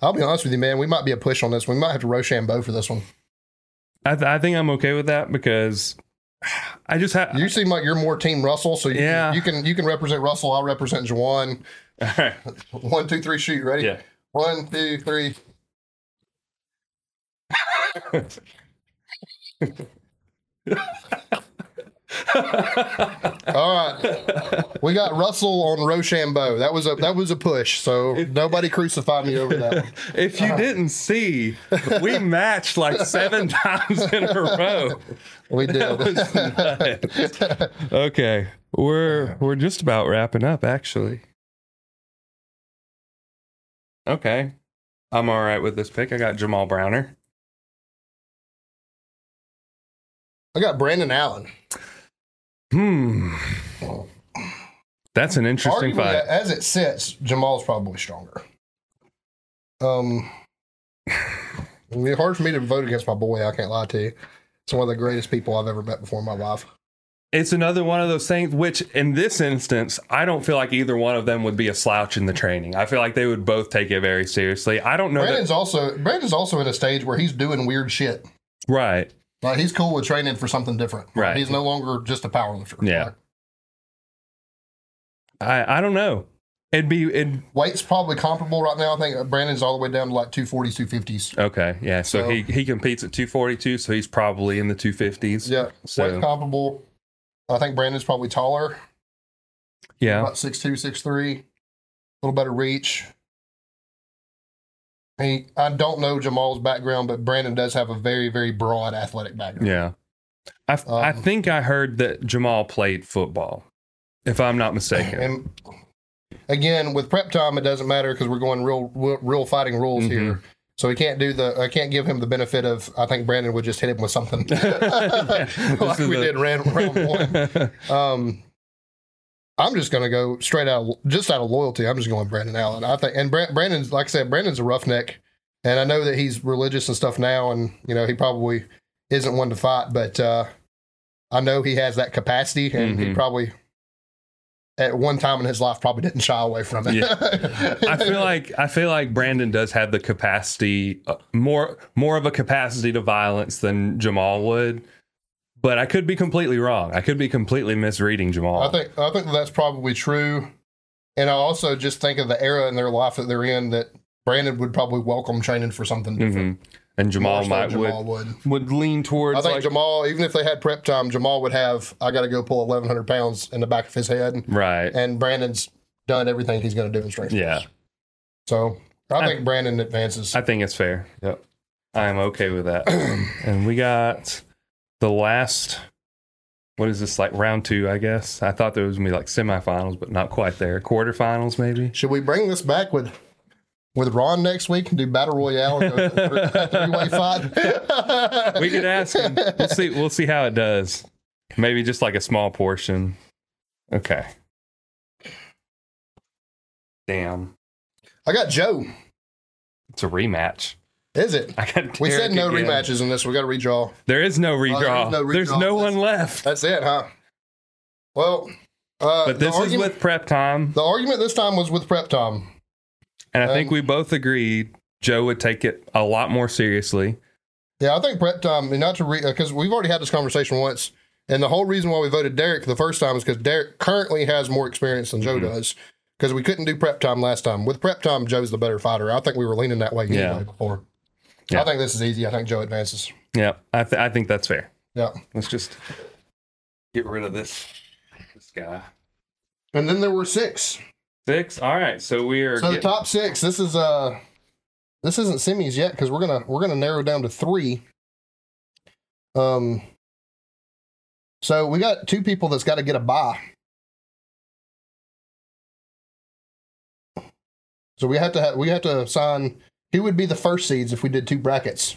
I'll be honest with you, man. We might be a push on this. We might have to Rochambeau for this one. I, th- I think I'm okay with that because I just have. You seem like you're more Team Russell, so you, Yeah. you can you can represent Russell. I'll represent Jawan. One, two, three, shoot. Ready? yeah. One, two, three. All right, we got Russell on Rochambeau. That was a that was a push. So nobody crucified me over that. Uh-huh. If you didn't see, we matched like seven times in a row. We did. Okay, we're we're just about wrapping up, actually. Okay, I'm all right with this pick. I got Jamal Browner. I got Brandon Allen. Hmm, that's an interesting Arguably, fight. as it sits, Jamal's probably stronger. Um, it's hard for me to vote against my boy. I can't lie to you. It's one of the greatest people I've ever met before in my life. It's another one of those things which, in this instance, I don't feel like either one of them would be a slouch in the training. I feel like they would both take it very seriously. I don't know Brandon's also Brandon's also in a stage where he's doing weird shit. that. Right. Like he's cool with training for something different. Right. He's no longer just a powerlifter. Yeah. Like, I I don't know. It'd be it. weight's probably comparable right now. I think Brandon's all the way down to like 240s, 250s. Okay, yeah. So, So- he he competes at 242, so he's probably in the 250s. Yeah. So- Weight comparable. I think Brandon's probably taller, Yeah. about 6'2, 6'3, a little better reach. He, I don't know Jamal's background, but Brandon does have a very, very broad athletic background. Yeah. I f- I Um, think I heard that Jamal played football, if I'm not mistaken. And again, with prep time, it doesn't matter because we're going real, real, real fighting rules Mhm. here. So we can't do the. I can't give him the benefit of. I think Brandon would just hit him with something Yeah, like this is we a- did round, round one. Um, I'm just gonna go straight out, of, just out of loyalty. I'm just going Brandon Allen. I think, and Bra- Brandon's like I said, Brandon's a roughneck, and I know that he's religious and stuff now, and you know he probably isn't one to fight, but uh, I know he has that capacity, and he Mhm. probably at one time in his life probably didn't shy away from it. I feel like I feel like Brandon does have the capacity uh, more more of a capacity to violence than Jamal would, but I could be completely wrong. I could be completely misreading Jamal. I think I think that's probably true, and I also just think of the era in their life that they're in that Brandon would probably welcome training for something different. Mhm. And More Jamal so might than Jamal would. would would lean towards I think like, Jamal, even if they had prep time, Jamal would have. I got to go pull eleven hundred pounds in the back of his head, right. and Brandon's done everything he's going to do in strength. Yeah. So I I- think Brandon advances. I think it's fair. Yep. I'm okay with that. and we got the last what is this like round two, I guess. I thought there was gonna be like semifinals, but not quite there. Quarterfinals maybe. Should we bring this back with with Ron next week and do battle royale and go three way fight? We could ask him. We'll see we'll see how it does. Maybe just like a small portion. Okay. Damn. I got Joe. It's a rematch. Is it? I got We said Derek no again. rematches in this. We got to redraw. There is no is redraw. no There's redraw. no That's- one left. That's it, huh? Well, uh, But this the is argument, with prep time. the argument this time was with prep time. And I think Um, we both agreed Joe would take it a lot more seriously. Yeah, I think Brett. Um, and not to re because we've already had this conversation once, and the whole reason why we voted Derek the first time is because Derek currently has more experience than Mm-hmm. Joe does. Because we couldn't do prep time last time. With prep time, Joe's the better fighter. I think we were leaning that way anyway Yeah. before. Yeah. I think this is easy. I think Joe advances. Yeah, I, th- I think that's fair. Yeah. Let's just get rid of this this guy. And then there were six. Six. All right, so we are. So the getting- top six. This is uh, this isn't semis yet because we're gonna we're gonna narrow down to three. Um. So we got two people that's got to get a buy. So we have to have, we have to sign who would be the first seeds if we did two brackets.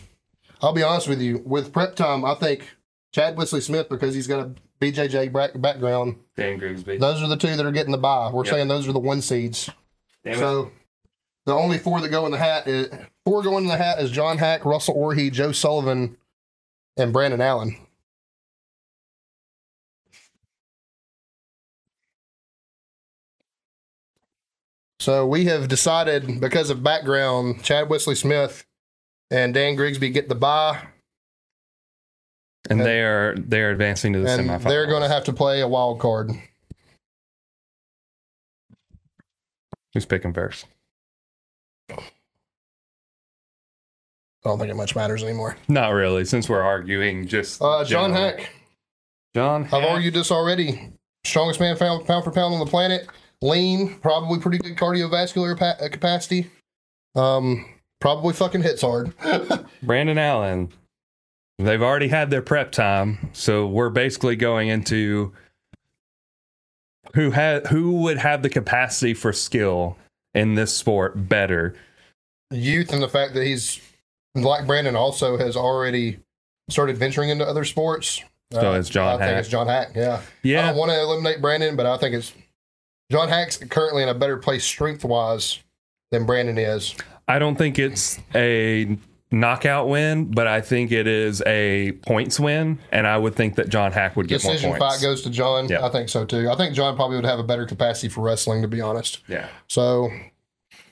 I'll be honest with you. With prep time, I think Chad Wesley Smith because he's got a BJJ bra- background. Dan Grigsby. Those are the two that are getting the buy. We're Yep. saying those are the one seeds. Damn it. So The only four that go in the hat is four going in the hat is John Hack, Russell Orhe, Joe Sullivan, and Brandon Allen. So we have decided because of background, Chad Wesley Smith and Dan Grigsby get the bye, and And- they are they are advancing to the and semifinals. they're going to have to play a wild card. who's picking first. I don't think it much matters anymore. Not really, since we're arguing. Just Uh, John general- Hack, John, I've Hack. argued this already. Strongest man found pound for pound on the planet. Lean, probably pretty good cardiovascular pa- uh, capacity. Um, probably fucking hits hard. Brandon Allen. They've already had their prep time, so we're basically going into who had who would have the capacity for skill in this sport better. Youth and the fact that he's like Brandon also has already started venturing into other sports. Uh, So it's John I think Hack. it's John Hack. Yeah. I Yeah, don't want to eliminate Brandon, but I think it's John Hack's currently in a better place strength wise than Brandon is. I don't think it's a knockout win, but I think it is a points win, and I would think that John Hack would get Decision more fight points. goes to John. Yeah. I think so too. I think John probably would have a better capacity for wrestling, to be honest. yeah, So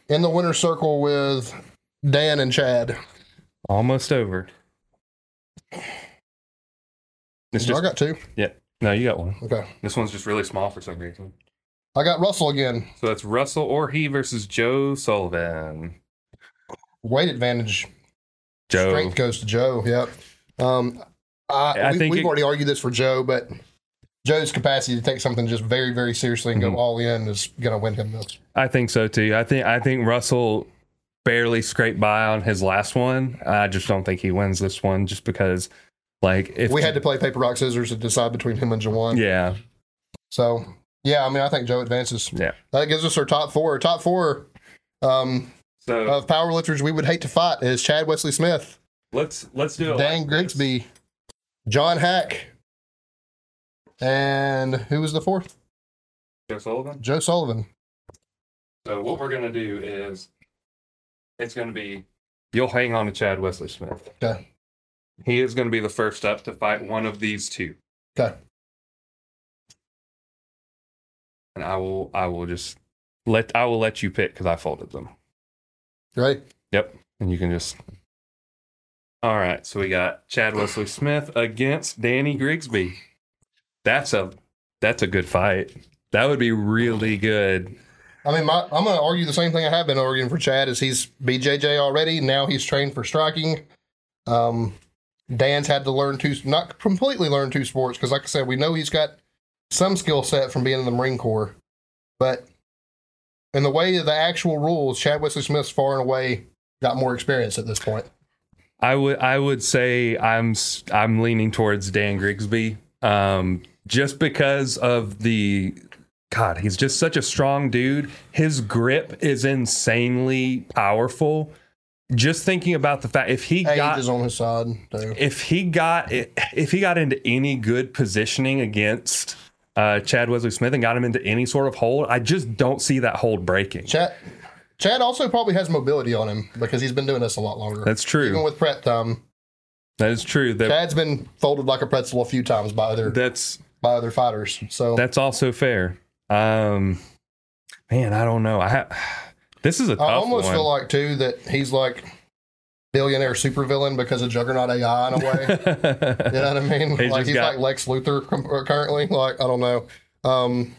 in the winner's circle with Dan and Chad. almost over. It's So I just got two. no, you got one. Okay. This one's just really small for some reason. I got Russell again. So that's Russell Orhe versus Joe Sullivan. Weight advantage. Joe. Strength goes to Joe. Yep. Um, I, I we, think we've it- already argued this for Joe, but Joe's capacity to take something just very, very seriously and Mhm. go all in is going to win him this. I think so too. I think I think Russell barely scraped by on his last one. I just don't think he wins this one just because like if we had to play paper rock scissors to decide between him and Jawan. Yeah. So yeah, I mean, I think Joe advances. Yeah. that gives us our top four. Top four um, So of power lifters we would hate to fight is Chad Wesley Smith, let's let's do it. Dan Grigsby, John Hack, and who was the fourth? Joe Sullivan. Joe Sullivan. So what we're gonna do is it's gonna be you'll hang on to Chad Wesley Smith. Okay. He is gonna be the first up to fight one of these two. Okay. And I will I will just let I will let you pick because I folded them. You ready? And you can just All right, so we got Chad Wesley Smith against Danny Grigsby. That's a that's a good fight. That would be really good. I mean, my, I'm going to argue the same thing I have been arguing for Chad is he's BJJ already. Now he's trained for striking. Um, Dan's had to learn two, not completely learn two sports because, like I said, we know he's got some skill set from being in the Marine Corps, but in the way of the actual rules, Chad Wesley Smith's far and away got more experience at this point. I would I would say I'm s- I'm leaning towards Dan Grigsby. Um just because of the God, he's just such a strong dude. His grip is insanely powerful. Just thinking about the fact if he Age got is on his side. Too. if he got if he got into any good positioning against uh, Chad Wesley Smith and got him into any sort of hold, I just don't see that hold breaking. Chad, Chad also probably has mobility on him because he's been doing this a lot longer. That's Even true. with prep time, That is true. That Chad's been folded like a pretzel a few times by other that's by other fighters. So that's also fair. Um, man, I don't know. I ha- this is a tough I almost one. feel like too that he's like billionaire supervillain because of Juggernaut AI in a way. you know what I mean? He's like just he's got- like Lex Luthor com- uh, currently. Like I don't know. Um,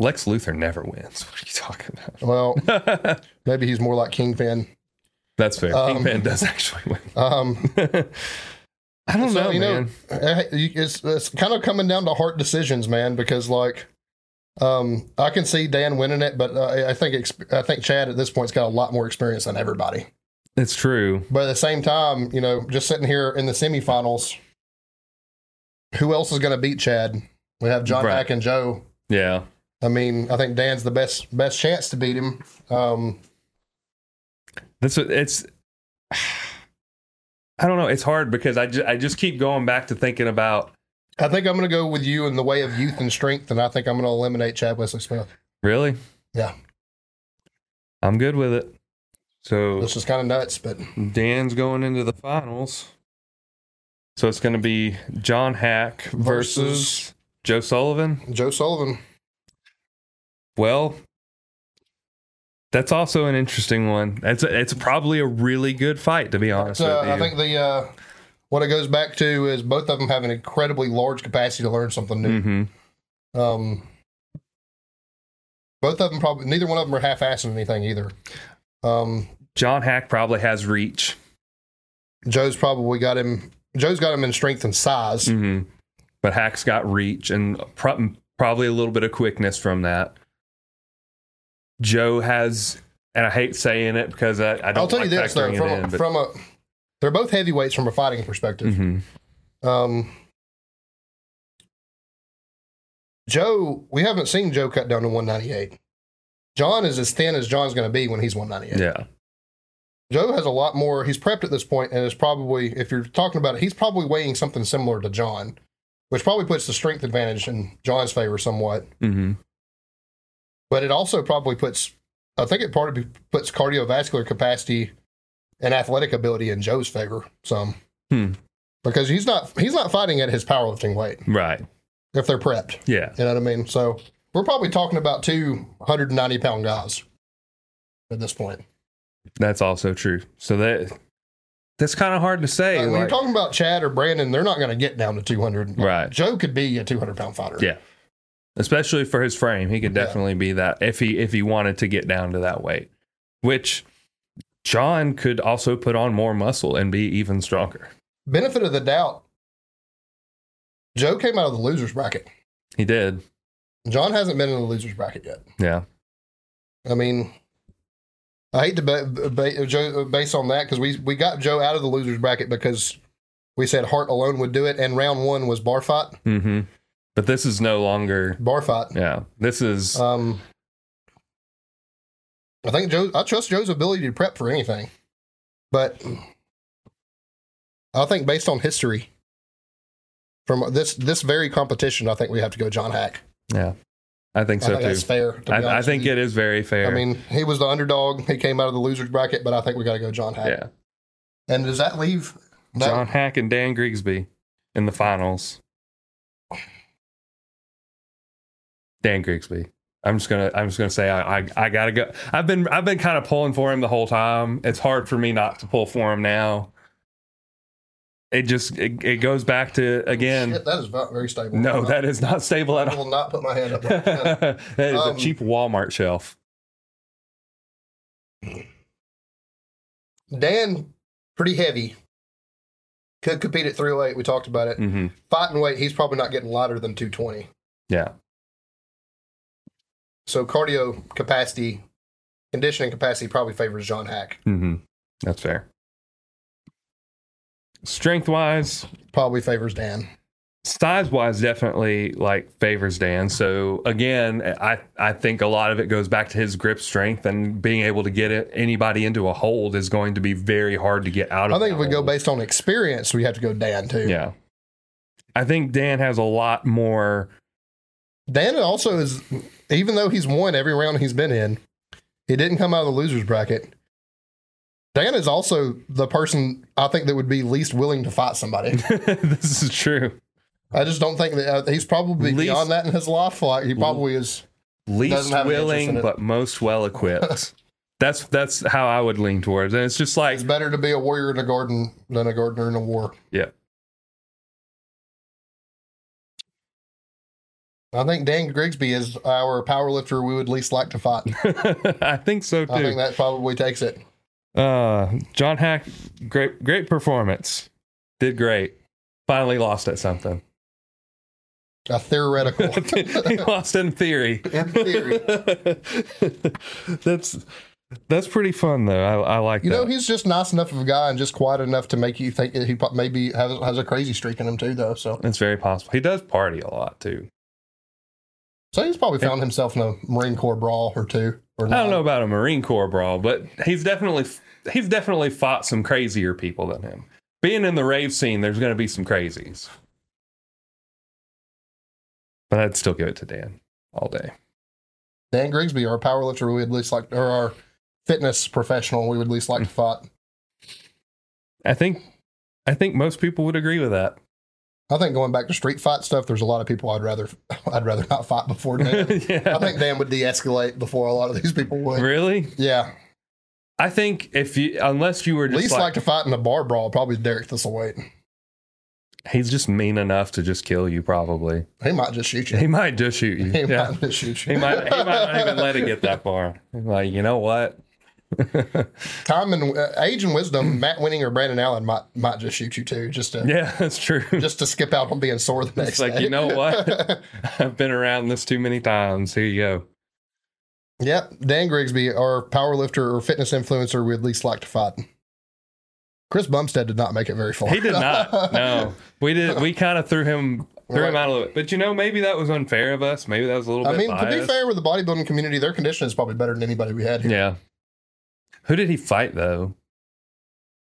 Lex Luthor never wins. What are you talking well, about? maybe he's more like Kingpin. that's fair. Um, Kingpin does actually Um, win. I don't So, know, you know, man. eh, it's it's kind of coming down to hard decisions, man. Because like, um, I can see Dan winning it, but uh, I- I think exp- I think Chad at this point's got a lot more experience than everybody. it's true. But at the same time, you know, just sitting here in the semifinals, who else is going to beat Chad? We have John Right. Hack and Joe. Yeah. I mean, I think Dan's the best best chance to beat him. Um, That's what it's. I don't know. It's hard because I just, I just keep going back to thinking about I think I'm going to go with you in the way of youth and strength, and I think I'm going to eliminate Chad Wesley Smith. really. Yeah. I'm good with it. So This is kind of nuts, but Dan's going into the finals. So it's going to be John Hack versus, Versus- Joe Sullivan. Joe Sullivan. Well, that's also an interesting one. That's it's probably a really good fight to be honest So with you. I think the uh, what it goes back to is both of them have an incredibly large capacity to learn something new. Mhm. Um, both of them probably neither one of them are half-assing anything either. Um, John Hack probably has reach. Joe's probably got him. Joe's got him in strength and size. Mhm. But Hack's got reach and pro- probably a little bit of quickness from that. Joe has, and I hate saying it because I, I don't I'll tell like you this though, factoring it from, in, a, but- from a they're both heavyweights from a fighting perspective. Mhm. Um, Joe, we haven't seen Joe cut down to 198. John is as thin as John's going to be when he's 198. yeah. Joe has a lot more. He's prepped at this point and is probably, if you're talking about it, he's probably weighing something similar to John, which probably puts the strength advantage in John's favor somewhat. Mm-hmm. But it also probably puts, I think it probably puts cardiovascular capacity and athletic ability in Joe's favor some. Hmm. Because he's not he's not fighting at his powerlifting weight Right. if they're prepped. Yeah. You know what I mean? So we're probably talking about two 190 pound guys at this point. That's also true. So that that's kind of hard to say. Uh, when you're like- talking about Chad or Brandon, they're not going to get down to 200. Right. Joe could be a 200 pound fighter. Yeah. especially for his frame, he could Yeah. definitely be that if he if he wanted to get down to that weight. Which John could also put on more muscle and be even stronger. Benefit of the doubt. Joe came out of the losers bracket. He did. John hasn't been in the losers bracket yet. Yeah. I mean, I hate to ba- ba- Joe based on that because we we got Joe out of the losers bracket because we said heart alone would do it, and round one was bar fight. Mm-hmm. But this is no longer. Bar fight. Yeah. This is. Um, I think Joe. I trust Joe's ability to prep for anything, but I think based on history from this this very competition, I think we have to go John Hack. yeah. I think I so think that's too. fair. to be I, I honest think with you. it is very fair. I mean, he was the underdog. He came out of the losers bracket, but I think we got to go John Hack. yeah. And does that leave? That, John Hack and Dan Grigsby in the finals. Dan Grigsby. I'm just gonna. I'm just gonna say. I. I, I gotta go. I've been. I've been kind of pulling for him the whole time. It's hard for me not to pull for him now. It just. It, it goes back to again. Oh, Shit, that is not very stable. no, I'm that is not stable at not- I all. will not put my hand up. like that. that is Um, a cheap Walmart shelf. Dan, pretty heavy. Could compete at 308. We talked about it. hmm fighting weight, he's probably not getting lighter than 220. Yeah. So cardio capacity, conditioning capacity probably favors John Hack. hmm That's fair. Strength wise, Probably favors Dan. size wise definitely like favors Dan. So again, I I think a lot of it goes back to his grip strength and being able to get it, anybody into a hold is going to be very hard to get out of. I think if that we go hold. based on experience, we have to go Dan too. Yeah. I think Dan has a lot more Dan also is, even though he's won every round he's been in, he didn't come out of the losers bracket. Dan is also the person I think that would be least willing to fight somebody. this is true. I just don't think that uh, he's probably Least- beyond that in his life. Like he probably is. Least Doesn't have an interest in willing it. but most well equipped. that's that's how I would lean towards. And it's just like It's better to be a warrior in a garden than a gardener in a war. Yeah. I think Dan Grigsby is our power lifter we would least like to fight. I think so too. I think that probably takes it. Uh, John Hack, great, great performance. Did great. Finally lost at something. A theoretical. he lost in theory. in theory. that's that's pretty fun though. I, I like You that. know, he's just nice enough of a guy and just quiet enough to make you think that he po- maybe has, has a crazy streak in him too, though. So, it's very possible. He does party a lot too. so he's probably found himself in a Marine Corps brawl or two. Or I don't know about a Marine Corps brawl, but he's definitely he's definitely fought some crazier people than him. Being in the rave scene, there's going to be some crazies. But I'd still give it to Dan all day. Dan Grigsby, our power lifter we would least like, or our fitness professional we would least like to thought. I think I think most people would agree with that. I think going back to street fight stuff, there's a lot of people I'd rather I'd rather not fight before Dan. yeah. I think Dan would de-escalate before a lot of these people would. really? Yeah, I think if you unless you were just least like, like, to fight in a bar brawl probably Derek Thistleweight. he's just mean enough to just kill you probably. He might just shoot you. He might just shoot you. He yeah. might just shoot you. He might he might not even let it get that far. Like, you know what? Time and uh, age and wisdom. Matt Winning or Brandon Allen might might just shoot you too, just to Yeah, that's true. just to skip out on being sore the next It's like, day. you know what? I've been around this too many times. Here you go. Yep, Dan Grigsby, our powerlifter or fitness influencer, we'd least like to fight. Chris Bumstead did not make it very far. He did not. No. We did we kind of threw him threw him Right. out a little bit. But you know, maybe that was unfair of us. Maybe that was a little I bit mean, to be biased. fair with the bodybuilding community, their condition is probably better than anybody we had here. Yeah. Who did he fight though?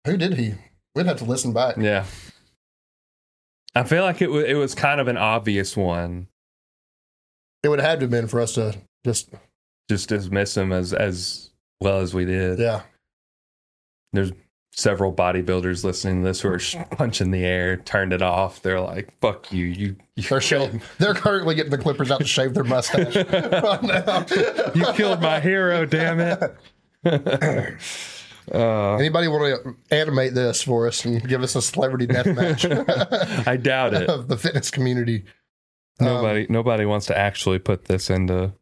Who did he? We'd have to listen back. Yeah. I feel like it was it was kind of an obvious one. It would have had to have been for us to just, Just dismiss him as as well as we did. yeah. Several bodybuilders listening to this who are sh- punching the air turned it off. They're like, "Fuck you, you, you They're killed, shaving. They're currently getting the clippers out to shave their mustache right now. you killed my hero, damn it." uh, Anybody want to animate this for us and give us a celebrity death match I doubt it. of the fitness community? Um, Nobody, nobody wants to actually put this into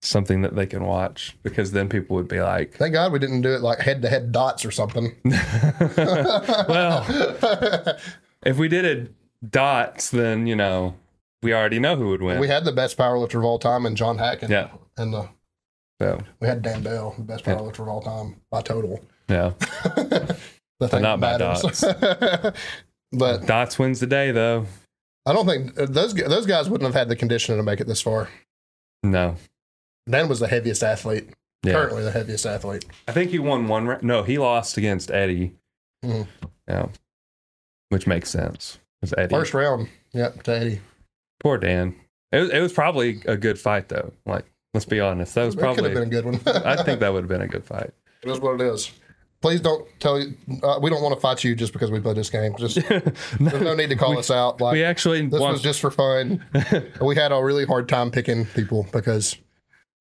something that they can watch because then people would be like, Thank God we didn't do it like head to head dots or something. well, if we did it dots, then you know we already know who would win. we had the best powerlifter of all time and John Hackett. yeah, And the, so we had Dan Bell, the best Yeah. powerlifter of all time by total. yeah, The thing not by matters. but dots wins the day though. I don't think uh, those those guys wouldn't have had the conditioning to make it this far. No, Dan was the heaviest athlete, yeah, currently the heaviest athlete. I think he won one. Ra- no, he lost against Eddie. Mhm. Yeah, which makes sense. It's Eddie. First round, yep, to 80. Poor Dan. It was, it was probably a good fight though. Like, let's be honest, that was That could have been a probably. good one. I think that would have been a good fight. it is what it is. Please don't tell you. Uh, we don't want to fight you just because we played this game. Just there's no need to call we, us out. Like we actually this want- was just for fun. we had a really hard time picking people because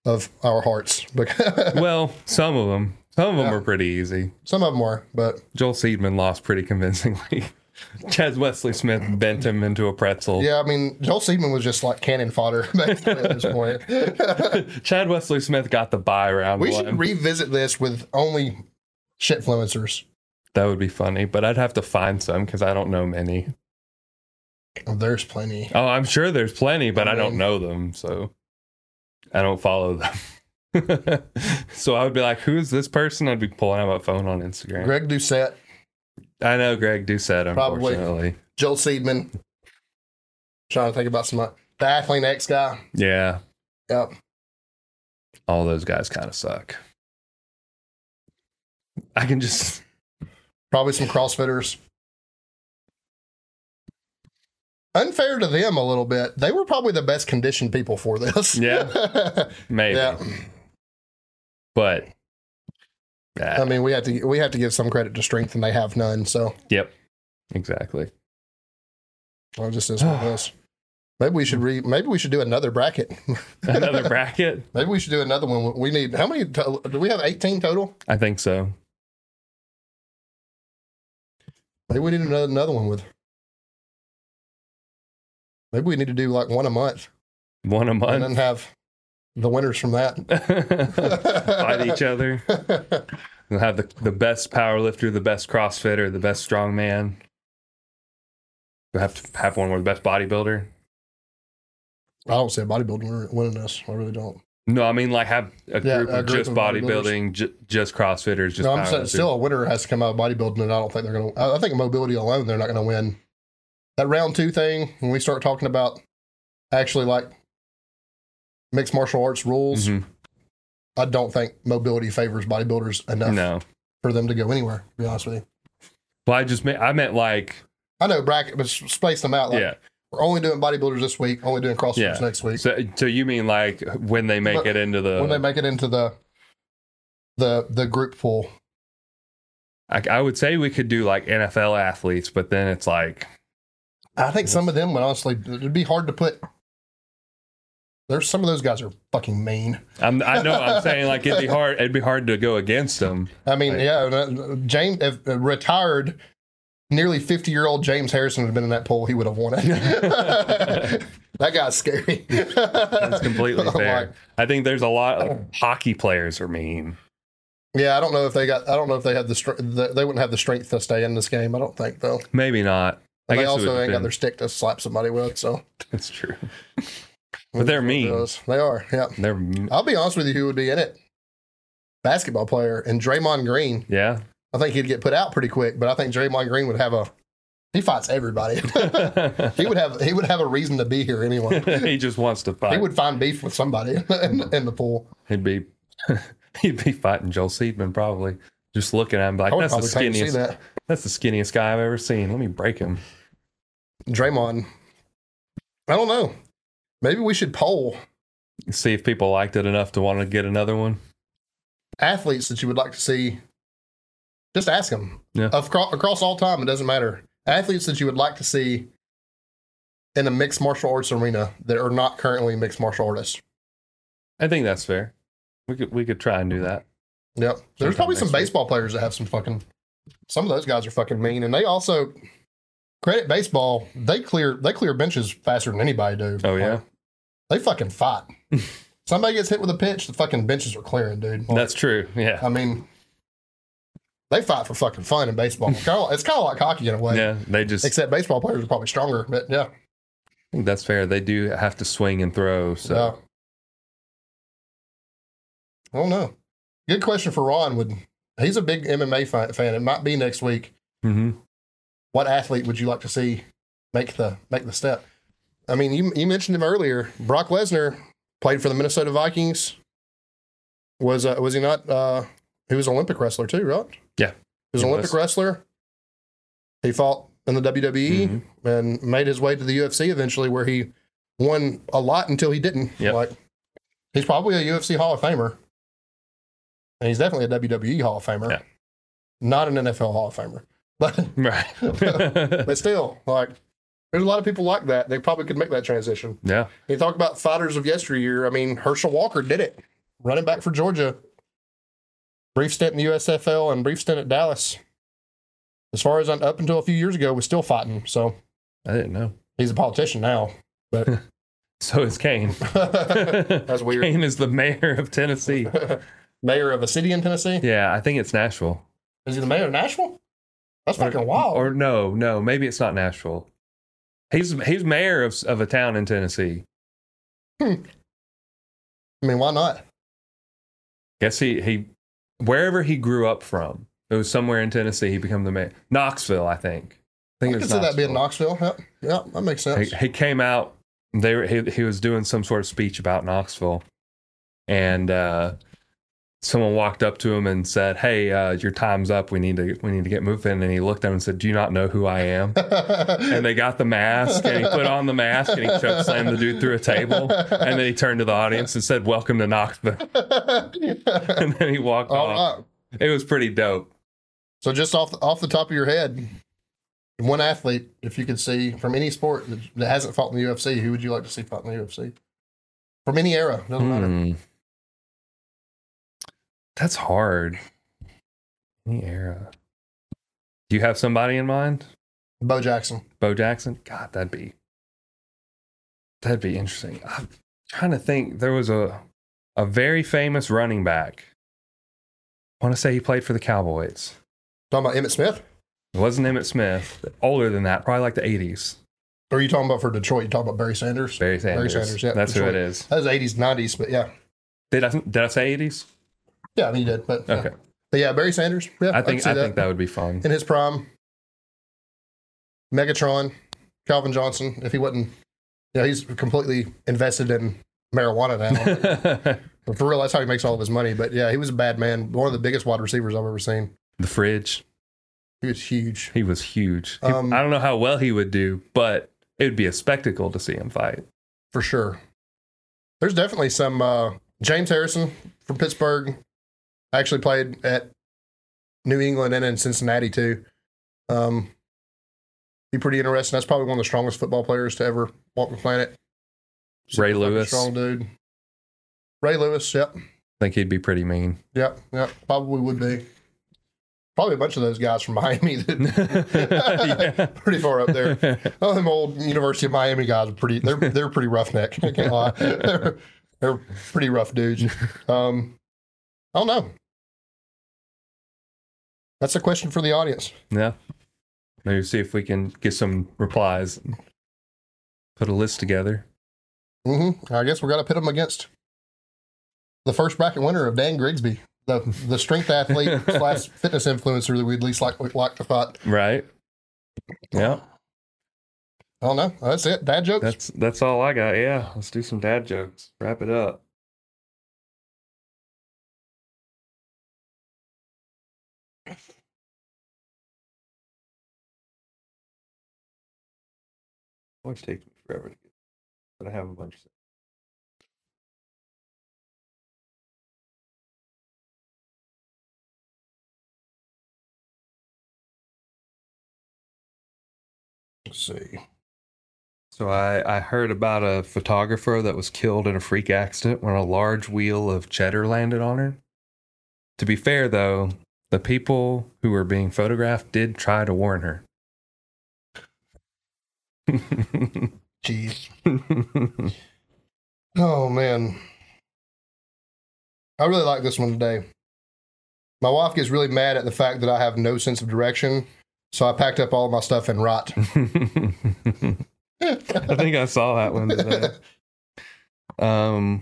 of our hearts. But well, some of them, some of them Yeah. were pretty easy. some of them were, but Joel Seedman lost pretty convincingly. Chaz Wesley Smith bent him into a pretzel. yeah, I mean, Joel Seaman was just like cannon fodder basically at this point. Chad Wesley Smith got the buy round we one. should revisit this with only shitfluencers. that would be funny, but I'd have to find some because I don't know many. There's plenty. Oh, I'm sure there's plenty, but I, I don't mean- know them, so I don't follow them. so I would be like, "Who is this person?" I'd be pulling out my phone on Instagram. Greg Doucette, I know Greg Doucette, Probably. unfortunately. Joel Seedman. Trying to think about some the athlete X guy. Yeah, Yep. all those guys kind of suck. I can just Probably some CrossFitters. Unfair to them a little bit. They were probably the best conditioned people for this. Yeah. maybe, yeah. but I yeah, mean, we have to we have to give some credit to strength, and they have none. So yep, exactly. well, it just is what it is. Maybe we should re. Maybe we should do another bracket. Another bracket, Maybe we should do another one. We need how many? To, do we have eighteen total? I think so. Maybe we need another, another one with. Maybe we need to do like one a month One a and then month, have the winners from that. fight each other. We'll have the, the best power lifter, the best CrossFitter, the best strongman. We have to have one with the best bodybuilder. I don't see a bodybuilder winning this. I really don't. No, I mean like have a Yeah, group a of group just of bodybuilders. bodybuilding, ju- just CrossFitters, just no, I'm saying powerlifters. still a winner has to come out of bodybuilding, and I don't think they're going to. I I think mobility alone, they're not going to win. That round two thing, when we start talking about actually like mixed martial arts rules, Mhm. I don't think mobility favors bodybuilders enough No, for them to go anywhere, to be honest with you. well, I just meant I meant like I know bracket, but space them out. Like, yeah. We're only doing bodybuilders this week, only doing CrossFitters Yeah. next week. So, so you mean like when they make But it into the when they make it into the the the group pool. I, I would say we could do like NFL athletes, but then it's like I think some of them would honestly it'd be hard to put. There's some of those guys are fucking mean. I'm, I know I'm saying like it'd be hard. It'd be hard to go against them. I mean, Right. yeah, uh, James if, uh, retired, nearly fifty year old James Harrison had been in that pool, he would have won it. that guy's scary. That's completely I'm fair. like, I think there's a lot of hockey players are mean. yeah, I don't know if they got. I don't know if they have the, str- the they wouldn't have the strength to stay in this game. I don't think though. Maybe not. I And they guess it also would ain't got depend. their stick to slap somebody with. So, That's true. But they're mean. They are. Yeah. They're m- I'll be honest with you. Who would be in it? Basketball player and Draymond Green. yeah. I think he'd get put out pretty quick, but I think Draymond Green would have a. He fights everybody. he would have he would have a reason to be here anyway. he just wants to fight. He He would. would find beef with somebody in, in the pool. He'd be. he'd be fighting Joel Seedman probably. Just looking at him like I would that's the probably pay to see skinniest. that. That's the skinniest guy I've ever seen. Let me break him. Draymond. I don't know. Maybe we should poll See if people liked it enough to want to get another one. athletes that you would like to see. Just ask them. Yeah. Across, across all time, it doesn't matter. Athletes that you would like to see in a mixed martial arts arena that are not currently mixed martial artists. I think that's fair. We could we could try and do that. Yep. There's probably some next week. baseball players that have some fucking. Some of those guys are fucking mean, and they also credit baseball. They clear they clear benches faster than anybody do. Oh yeah, They fucking fight. Somebody gets hit with a pitch, the fucking benches are clearing, dude. that's true. Yeah, I mean, they fight for fucking fun in baseball. Kinda- it's kind of like hockey in a way, yeah. They just oh, except baseball players are probably stronger. But yeah, I think that's fair. They do have to swing and throw. So yeah. I don't know. Good question for Ron. Would he's a big MMA fi- fan? It might be next week. Mhm. what athlete would you like to see make the make the step? I mean, you you mentioned him earlier. Brock Lesnar played for the Minnesota Vikings. Was uh, was he not? Uh, he was an Olympic wrestler too, right? Yeah, he was an he Olympic was. wrestler. He fought in the WWE Mhm. and made his way to the UFC eventually, where he won a lot until he didn't. Yep. Like he's probably a UFC Hall of Famer, and he's definitely a WWE Hall of Famer, Yeah. not an NFL Hall of Famer, but right. but still, like, there's a lot of people like that. They probably could make that transition. yeah, You talk about fighters of yesteryear. I mean, Herschel Walker did it, running back for Georgia. Brief stint in the USFL and brief stint at Dallas. As far as I'm, up until a few years ago, was still fighting. So I didn't know. he's a politician now. So is Kane. That's weird. Kane is the mayor of Tennessee. mayor of a city in Tennessee. Yeah, I think it's Nashville. Is he the mayor of Nashville? That's Or- fucking wild. Or no, no, maybe it's not Nashville. He's he's mayor of of a town in Tennessee. I mean, why not? Guess he he wherever he grew up from. It was somewhere in Tennessee. He became the mayor. Knoxville, I think. I I think it could was see that being Knoxville. Knoxville. Yep, yep that makes he, sense. he came out they were, he, he was doing some sort of speech about knoxville and uh, someone walked up to him and said hey uh, your time's up we need to we need to get moving and he looked at him and said do you not know who i am and they got the mask and he put on the mask and he choke slammed the dude through a table and then he turned to the audience and said welcome to knoxville and then he walked All off right. it was pretty dope So just off off the top of your head, one athlete, if you could see from any sport that, that hasn't fought in the UFC, who would you like to see fight in the UFC? From any era, doesn't matter. Hmm. that's hard any era do you have somebody in mind Bo Jackson. Bo Jackson. God, that'd be that'd be interesting. I'm trying to think. There was a a very famous running back. I want to say he played for the Cowboys. Talking about Emmett Smith, It wasn't Emmett Smith. Older than that, probably like the eighties. or are you talking about for Detroit? You talking about Barry Sanders? Barry Sanders. Sanders, yeah, That's Detroit. who it is. That was eighties, nineties, but yeah, Did I did I say eighties? yeah, I mean, he did, but yeah. Okay. but yeah, Barry Sanders. Yeah, I I'd think see I think that would be fun. in his prime. Megatron, Calvin Johnson, if he wasn't, yeah, he's completely invested in marijuana now. the For real, that's how he makes all of his money. But yeah, he was a bad man. One of the biggest wide receivers I've ever seen. fridge. He was huge. He was huge. He- Um, I don't know how well he would do, but it would be a spectacle to see him fight. for sure. There's definitely some uh, James Harrison from Pittsburgh, I actually played at New England and in Cincinnati too. Um, be pretty interesting. That's probably one of the strongest football players to ever walk the planet. Ray Fucking Lewis. strong dude. Ray Lewis. Yep. think he'd be pretty mean. Yep. Yep. Probably would be. Probably a bunch of those guys from Miami that Yeah. pretty far up there. Oh, them old University of Miami guys are pretty. They're they're pretty roughneck. I can't lie. They're, they're pretty rough dudes. Um, I don't know. That's a question for the audience. Yeah. Maybe see if we can get some replies. Put a list together. hmm I guess we're gonna pit them against the first bracket winner of Dan Grigsby, the the strength athlete slash fitness influencer that we'd least like like to thought. Right. Yeah. I don't know. Oh, That's it. Dad jokes. That's that's all I got. Yeah. Let's do some dad jokes. Wrap it up. Always takes me forever to get but I have a bunch of Let's see. So I, I heard about a photographer that was killed in a freak accident when a large wheel of cheddar landed on her. To be fair though, the people who were being photographed did try to warn her. Jeez. Oh man. I really like this one today. My wife gets really mad at the fact that I have no sense of direction, so I packed up all my stuff and rot. I think I saw that one today. Um,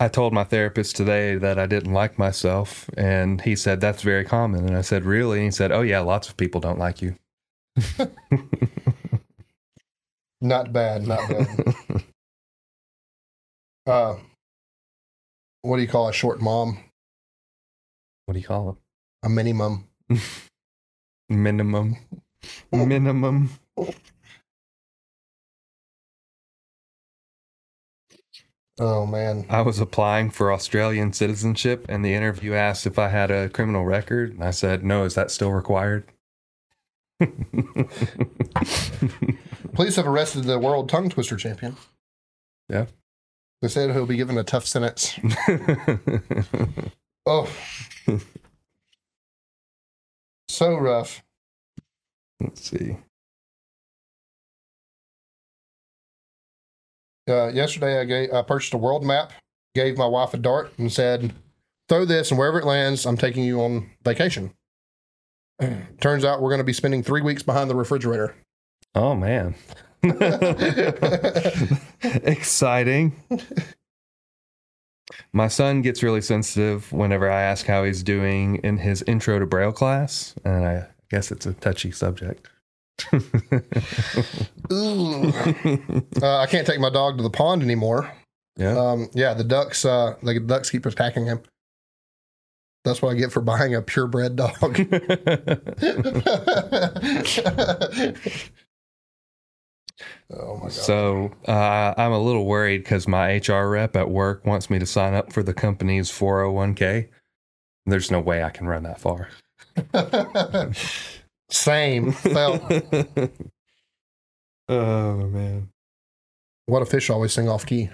I told my therapist today that I didn't like myself, and he said that's very common. And I said, really? And he said, oh yeah, lots of people don't like you. Not bad, not Um, bad. Uh, what do you call a short mom? What do you call A mini mom. it? Minimum. Minimum. Oh man. I was applying for Australian citizenship, and the interview asked if I had a criminal record, and I said, no. Is that still required? Police have arrested the world tongue twister champion. Yeah. They said he'll be given a tough sentence. Oh. so rough. Let's see. Uh, yesterday, I, gave, I purchased a world map, gave my wife a dart, and said, throw this, and wherever it lands, I'm taking you on vacation. Turns out we're going to be spending three weeks behind the refrigerator. Oh man. Exciting. My son gets really sensitive whenever I ask how he's doing in his intro to Braille class, and I guess it's a touchy subject. Ooh. uh, I can't take my dog to the pond anymore. yeah. Um, yeah, the ducks, uh, the ducks keep attacking him. That's what I get for buying a purebred dog. oh my god! so uh, I'm a little worried because my HR rep at work wants me to sign up for the company's 401k. There's no way I can run that far. Same. Felt. oh man. what a fish always sing off key.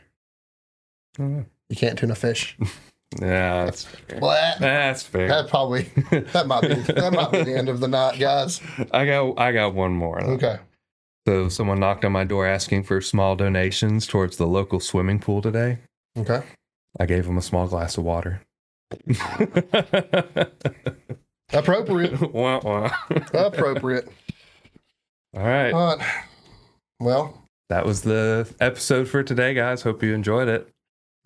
I don't know. You can't tune a fish. Yeah, that's fair. Well, that, That's fair. that probably that might be that might be the end of the night, guys. I got I got one more. Okay. So someone knocked on my door asking for small donations towards the local swimming pool today. Okay. I gave him a small glass of water. Appropriate. Wah, wah. Appropriate. All right. All right. Well, That was the episode for today, guys. Hope you enjoyed it.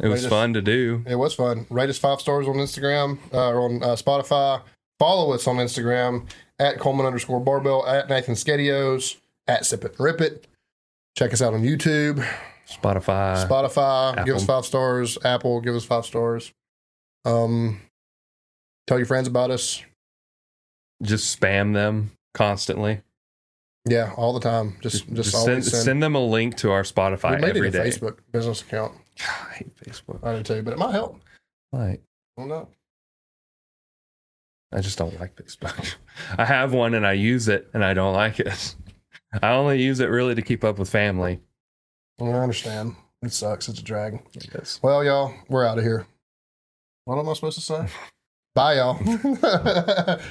It was Latest- fun to do. It was fun. Rate us five stars on Instagram uh, or on uh, Spotify. Follow us on Instagram at Coleman underscore Barbell at Nathan Skedios at Sip It and Rip It. Check us out on YouTube, Spotify. Spotify. Give us Uh, Apple. five stars. Apple, give us five stars. Um, tell your friends about us. Just spam them constantly. Yeah, all the time. Just just, Just send, always send. send. them a link to our Spotify we made every it a day. Facebook business account. I hate Facebook. I did too, but it might help. Like, I don't know. I just don't like big sponge. I have one and I use it and I don't like it. I only use it really to keep up with family. Well, I understand. It sucks. It's a drag. I guess. Well, y'all, we're out of here. What am I supposed to say? Bye, y'all.